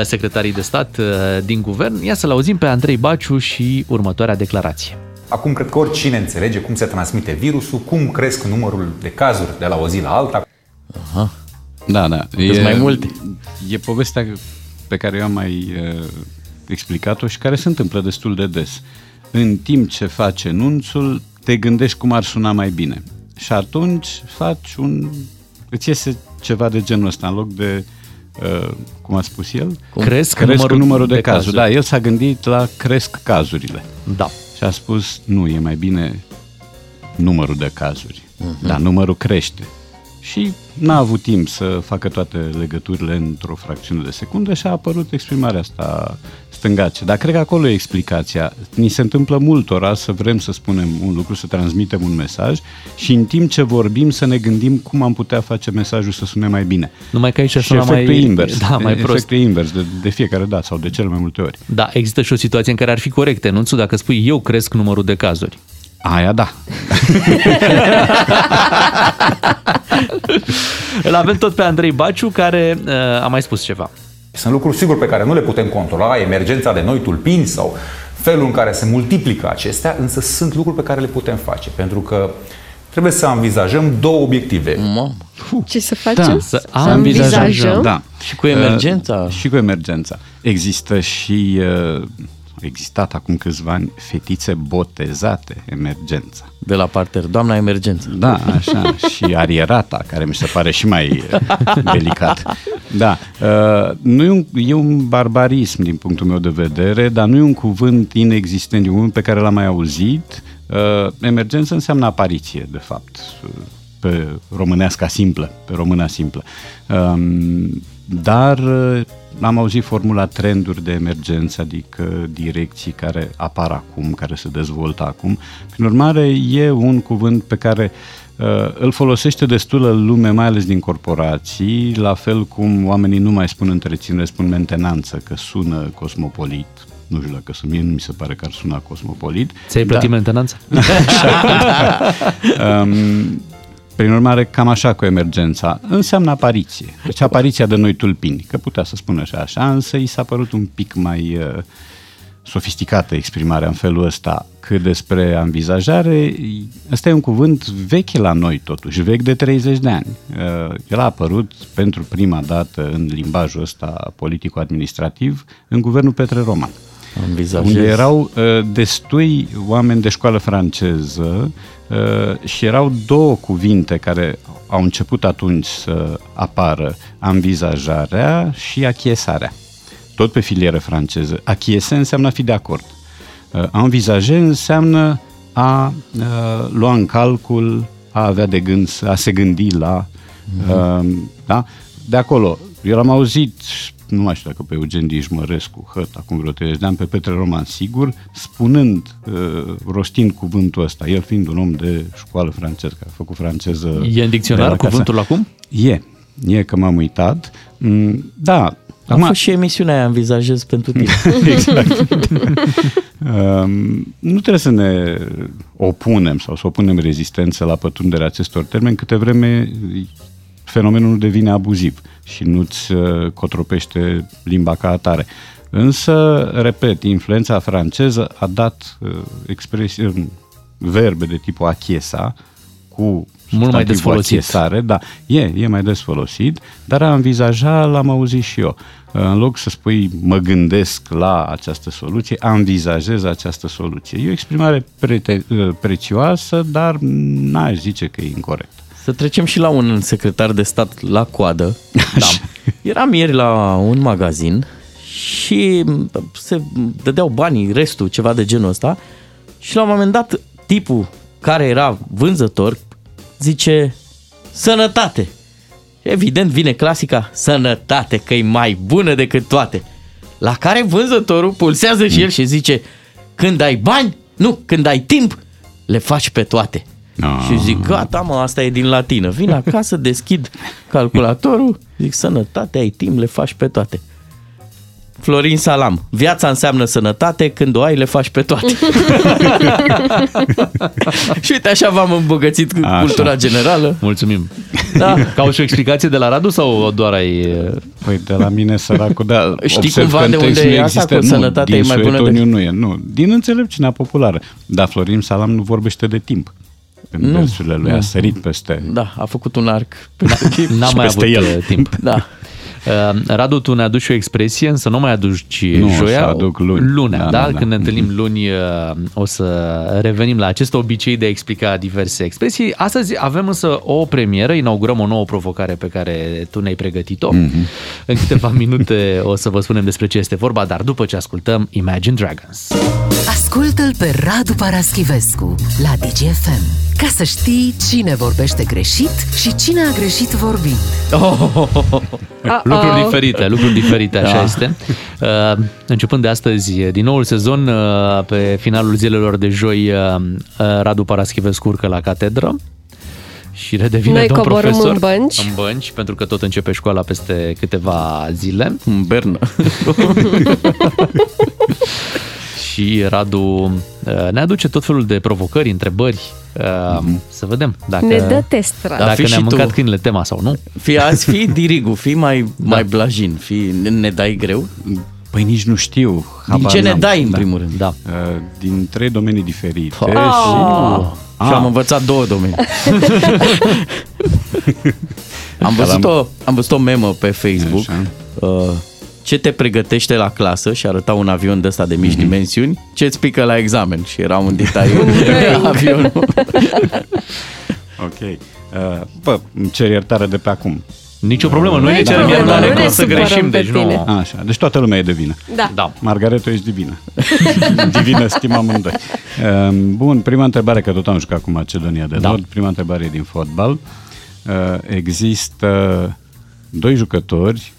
secretarii de stat uh, din guvern. Ia să-l auzim pe Andrei Baciu și următoarea declarație. Acum cred că oricine înțelege cum se transmite virusul, cum cresc numărul de cazuri de la o zi la alta. Aha. Da, da. Sunt mai multe. E povestea pe care eu am mai uh, explicat-o și care se întâmplă destul de des. În timp ce faci enunțul, te gândești cum ar suna mai bine. Și atunci faci un... îți iese ceva de genul ăsta în loc de... Uh, cum a spus el? Cum? Cresc numărul, numărul de, de cazuri. cazuri. Da, el s-a gândit la cresc cazurile. Da. Și a spus, nu, e mai bine numărul de cazuri. Uh-huh. Dar numărul crește. Și n-a avut timp să facă toate legăturile într-o fracțiune de secundă și a apărut exprimarea asta stângace. Dar cred că acolo e explicația. Ni se întâmplă multora să vrem să spunem un lucru, să transmitem un mesaj și în timp ce vorbim să ne gândim cum am putea face mesajul să sune mai bine. Numai că aici și sună mai- efectul invers. da, mai prost. Efectul invers de, de fiecare dată sau de cel mai multe ori. Da, există și o situație în care ar fi corecte, nu știu dacă spui eu cresc numărul de cazuri. Aia da. Îl avem tot pe Andrei Baciu care uh, a mai spus ceva. Sunt lucruri sigur pe care nu le putem controla, emergența de noi tulpini sau felul în care se multiplică acestea, însă sunt lucruri pe care le putem face, pentru că trebuie să învizajăm două obiective. Ce să facem? Da. Și cu emergența. Uh, și cu emergența. Există și uh, au existat acum câțiva ani fetițe botezate emergența. De la parter, doamna emergență. Da, așa. și arierata, care mi se pare și mai uh, delicat. Da. Uh, nu e, un, e un barbarism din punctul meu de vedere, dar nu e un cuvânt inexistent, e un cuvânt pe care l-am mai auzit. Uh, emergență înseamnă apariție, de fapt, uh, pe româneasca simplă, pe româna simplă. Um, dar uh, am auzit formula trenduri de emergență, adică direcții care apar acum, care se dezvoltă acum. Prin urmare, e un cuvânt pe care uh, îl folosește destulă lume, mai ales din corporații, la fel cum oamenii nu mai spun întreținere, spun mentenanță, că sună cosmopolit. Nu știu dacă sunt mie, nu mi se pare că ar suna cosmopolit. Ți-ai plătit mentenanța? um, prin urmare, cam așa cu emergența. Înseamnă apariție. Deci apariția de noi tulpini, că putea să spună și așa, însă i s-a părut un pic mai uh, sofisticată exprimarea în felul ăsta. Cât despre anvizajare, ăsta e un cuvânt vechi la noi totuși, vechi de 30 de ani. Uh, El a apărut pentru prima dată în limbajul ăsta politico-administrativ în guvernul Petre Roman. Învizajez. Unde erau uh, destui oameni de școală franceză uh, și erau două cuvinte care au început atunci să apară, anvizajarea și achiesarea. Tot pe filieră franceză. Achiese înseamnă a fi de acord. Uh, a învizaje înseamnă a uh, lua în calcul, a avea de gând, a se gândi la... Uh, da? De acolo, eu l-am auzit nu mai știu dacă pe Eugen Dișmărescu, Hăt, acum vreo 30 de ani, pe Petre Roman, sigur, spunând, uh, rostind cuvântul ăsta, el fiind un om de școală franceză, care a făcut franceză. E în dicționar de la cuvântul acum? E, e că m-am uitat. Mm, Da, Am fost și emisiunea aia, învizajez pentru tine. exact. Um, nu trebuie să ne opunem sau să opunem rezistență la pătrunderea acestor termeni câte vreme fenomenul nu devine abuziv și nu-ți uh, cotropește limba ca atare. Însă, repet, influența franceză a dat uh, expresii, uh, verbe de tipul achiesa cu Mult mai des substantivul folosit. achiesare, da, e, e mai des folosit, dar a învizaja l-am auzit și eu. Uh, În loc să spui mă gândesc la această soluție, a învizajez această soluție. E o exprimare prete- uh, prețioasă, dar n-aș zice că e incorrect. Să trecem și la un secretar de stat la coadă. Da. Eram ieri la un magazin și se dădeau banii, restul, ceva de genul ăsta și la un moment dat tipul care era vânzător zice sănătate. Evident vine clasica sănătate că e mai bună decât toate. La care vânzătorul pulsează și el și zice când ai bani, nu, când ai timp, le faci pe toate. Și zic, gata mă, asta e din latină. Vin acasă, deschid calculatorul, zic, sănătate, ai timp, le faci pe toate. Florin Salam, viața înseamnă sănătate, când o ai, le faci pe toate. și uite, așa v-am îmbogățit cu Așa. cultura generală. Mulțumim. Da. Ca și o explicație de la Radu sau doar ai... Păi de la mine săracul, da, Știi observ cumva că în de text unde nu e asta există, cu nu, sănătatea din e mai bună Suetoniu decât- nu e, nu. Din înțelepciunea populară. Dar Florin Salam nu vorbește de timp. Când Nu, versurile lui nu. a sărit peste... Da, a făcut un arc. N-am N-am mai avut el. uh, timp. Da. Radu, tu ne aduci o expresie, însă nu mai aduci Nu, o să joia, aduc luni. lunea. Da, Da, da, da, da. Când ne întâlnim luni uh, o să revenim la acest obicei de a explica diverse expresii. Astăzi avem însă o premieră, inaugurăm o nouă provocare pe care tu ne-ai pregătit-o. Mm-hmm. În câteva minute o să vă spunem despre ce este vorba, dar după ce ascultăm Imagine Dragons. Ascultă-l pe Radu Paraschivescu la DGFM ca să știi cine vorbește greșit și cine a greșit vorbind. Oh, oh, oh, oh. Uh-oh. Lucruri diferite, lucruri diferite, așa Da. este. Uh, începând de astăzi, din noul sezon, uh, pe finalul zilelor de joi, uh, uh, Radu Paraschivescu urcă la catedră și redevine Noi domn coborâm profesor. în bănci. În bănci, pentru că tot începe școala peste câteva zile. În bernă. și Radu uh, ne aduce tot felul de provocări, întrebări, uh, să vedem dacă, Ne dă test, Radu. Dar dacă fii ne-a Mhm. și mâncat tu. câinele tema sau nu. Fii azi, fii dirigu, fii mai, da. mai blajin, fii, ne, ne dai greu. Păi nici nu știu. Din habar ce ne n-am. dai, în Da. primul rând? Da. Uh, Din trei domenii diferite. Ah. Oh. Și am învățat două domenii. Am văzut, o, am văzut o memă pe Facebook. Uh, ce te pregătește la clasă și arăta un avion de ăsta de Mhm. mici dimensiuni, ce îți pică la examen și era un detaliu de Boeing. avionul. Ok. Uh, Bă, îmi cer iertare de pe acum. Uh, Nicio problemă, noi nu ne e Nicio cerem problemă, iertare nu că ne o să supărăm greșim, pe deci deci nu- tine. Așa, deci toată lumea e de vină. Da. da. Margareto, ești divină. divină, stima amândoi. Uh, Bun, prima întrebare, că tot am jucat cu Macedonia de Nord, prima întrebare e din fotbal. Uh, Există doi jucători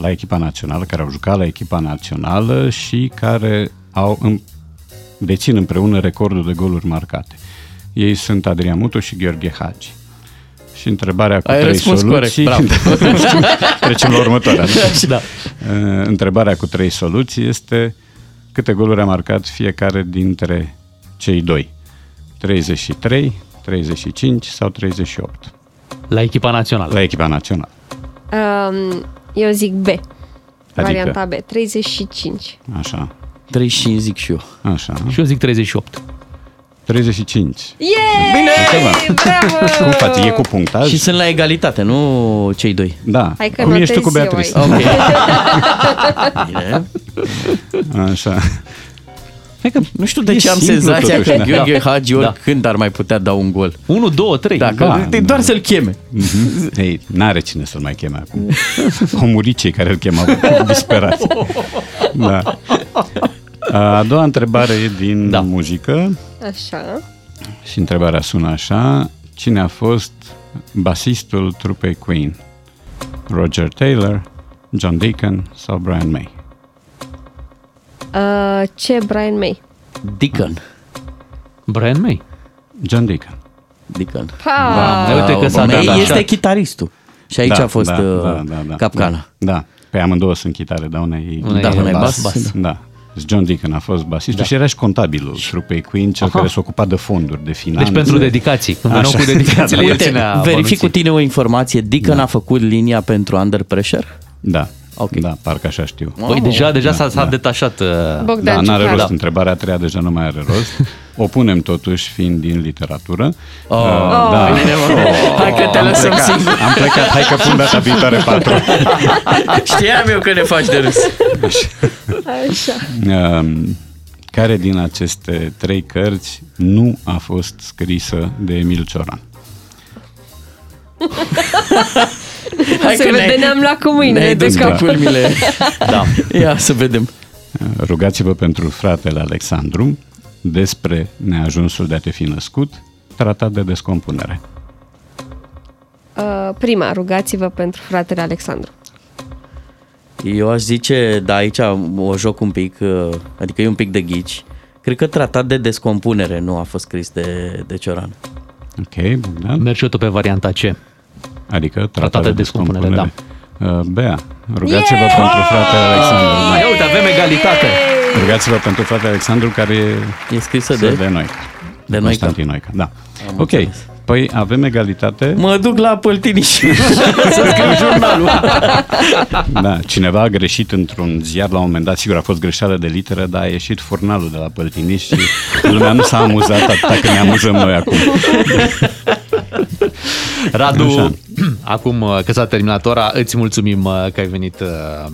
la echipa națională, care au jucat la echipa națională și care au în- dețin împreună recordul de goluri marcate. Ei sunt Adrian Mutu și Gheorghe Hagi. Și întrebarea cu Ai trei răspuns soluții... Da. corect, bravo. Trecem la următoarea. Nu? Da. Uh, Întrebarea cu trei soluții este câte goluri a marcat fiecare dintre cei doi? 33, 35 sau 38? La echipa națională. La echipa națională. Um, eu zic B. Adică? Varianta B. 35. Așa. 35 zic și eu. Așa. Și eu zic 38. 35. Yeah! Ceva. Bravo! Cum faci? E cu punctaj? Și sunt la egalitate, nu cei doi. Da. Hai că Cum ești notez tu cu eu Beatrice? aici. Ok. Așa. Hai că nu știu de E ce am simplu senzația totuși, că da. Gheorghe Da. Hagi Da. oricând ar mai putea da un gol. 1, 2, 3. Dacă, da, doar să-l cheme. Mhm. Ei, n-are cine să-l mai cheme acum. Au murit cei care îl chemau disperați. Da. A doua întrebare e din da. muzică Așa. și întrebarea sună așa. Cine a fost basistul trupei Queen? Roger Taylor, John Deacon sau Brian May? Uh, ce Brian May? Deacon. Brian May? John Deacon. Deacon. Pa! Da, uite că s-a May dat este așa. chitaristul. Și aici a fost uh, capcana. Da, da. Pe amândouă sunt chitare, dar una e, Una e e bas, bas. Da. John Deacon a fost basistul Da. da. și era și contabilul trupei Queen, cel Aha. care s-a ocupat de fonduri, de finanțe. Deci pentru dedicații. Când veneau Așa. Da, cu dedicațiile, el ținea verific cu bănuții. tine o informație. Deacon a făcut linia pentru Under Pressure? Da. Okay. Da, parcă așa știu. Păi deja, deja s-a, s-a detașat. uh, Bogdan da, n-are Ciuclaru. rost. Da. Întrebarea a treia deja nu mai are rost. O punem totuși, fiind din literatură. Oh. Oh. Bine, mă. Hai că te am lăsăm plecat, singur. Am plecat, hai că pun data viitoare patru. Știam eu că ne faci de râs. Așa. Um, care din aceste trei cărți nu a fost scrisă de Emil Cioran? Hai se că vede, ne-ai- ne-am luat cu mâinile ne-ai de dus cap. cu pâlmile. Da. Ia să vedem. Rugați-vă pentru fratele Alexandru despre neajunsul de a te fi născut, tratat de descompunere. Uh, prima, rugați-vă pentru fratele Alexandru. Eu aș zice, da, aici o joc un pic, uh, adică e un pic de ghici. Cred că tratat de descompunere nu a fost scris de, de Cioran. Ok, da. Bogdan. Mergi eu tot pe varianta C. Adică tratat, Tratat de descompunere, da. descompunere. Uh, Bea, rugați-vă pentru fratele Alexandru. Da. Ia uite, avem egalitate. Rugați-vă pentru fratele Alexandru care e, e scrisă de, de- de noi. de Noica. Constantin Noica. Da. ok. Păi avem egalitate. Mă duc la Păltiniș să scriu jurnalul. Da, cineva a greșit într-un ziar la un moment dat, sigur a fost greșeală de literă, dar a ieșit furnalul de la Păltiniș și lumea nu s-a amuzat atâta că ne amuzăm noi acum. Radu, Așa. acum uh, că s-a terminat ora, îți mulțumim uh, că ai venit uh,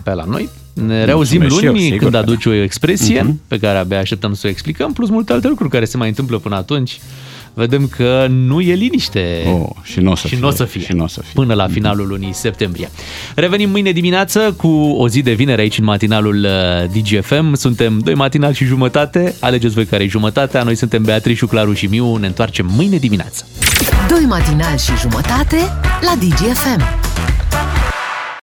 pe la noi. Ne reauzim Mulțumesc și eu, luni sigur când că da. aduci o expresie Mhm. pe care abia așteptăm să o explicăm, plus multe alte lucruri care se mai întâmplă până atunci. Vedem că nu e liniște. Oh, și nu o să și fie. nu o să fie. Și n-o să fie. Până la finalul lunii septembrie. Revenim mâine dimineață cu o zi de vinere aici în matinalul uh, DGFM. Suntem doi matinal și jumătate. Alegeți voi care e jumătatea. Noi suntem Beatrice, Claru și Miu. Ne întoarcem mâine dimineață. Doi matinali și jumătate la DGFM.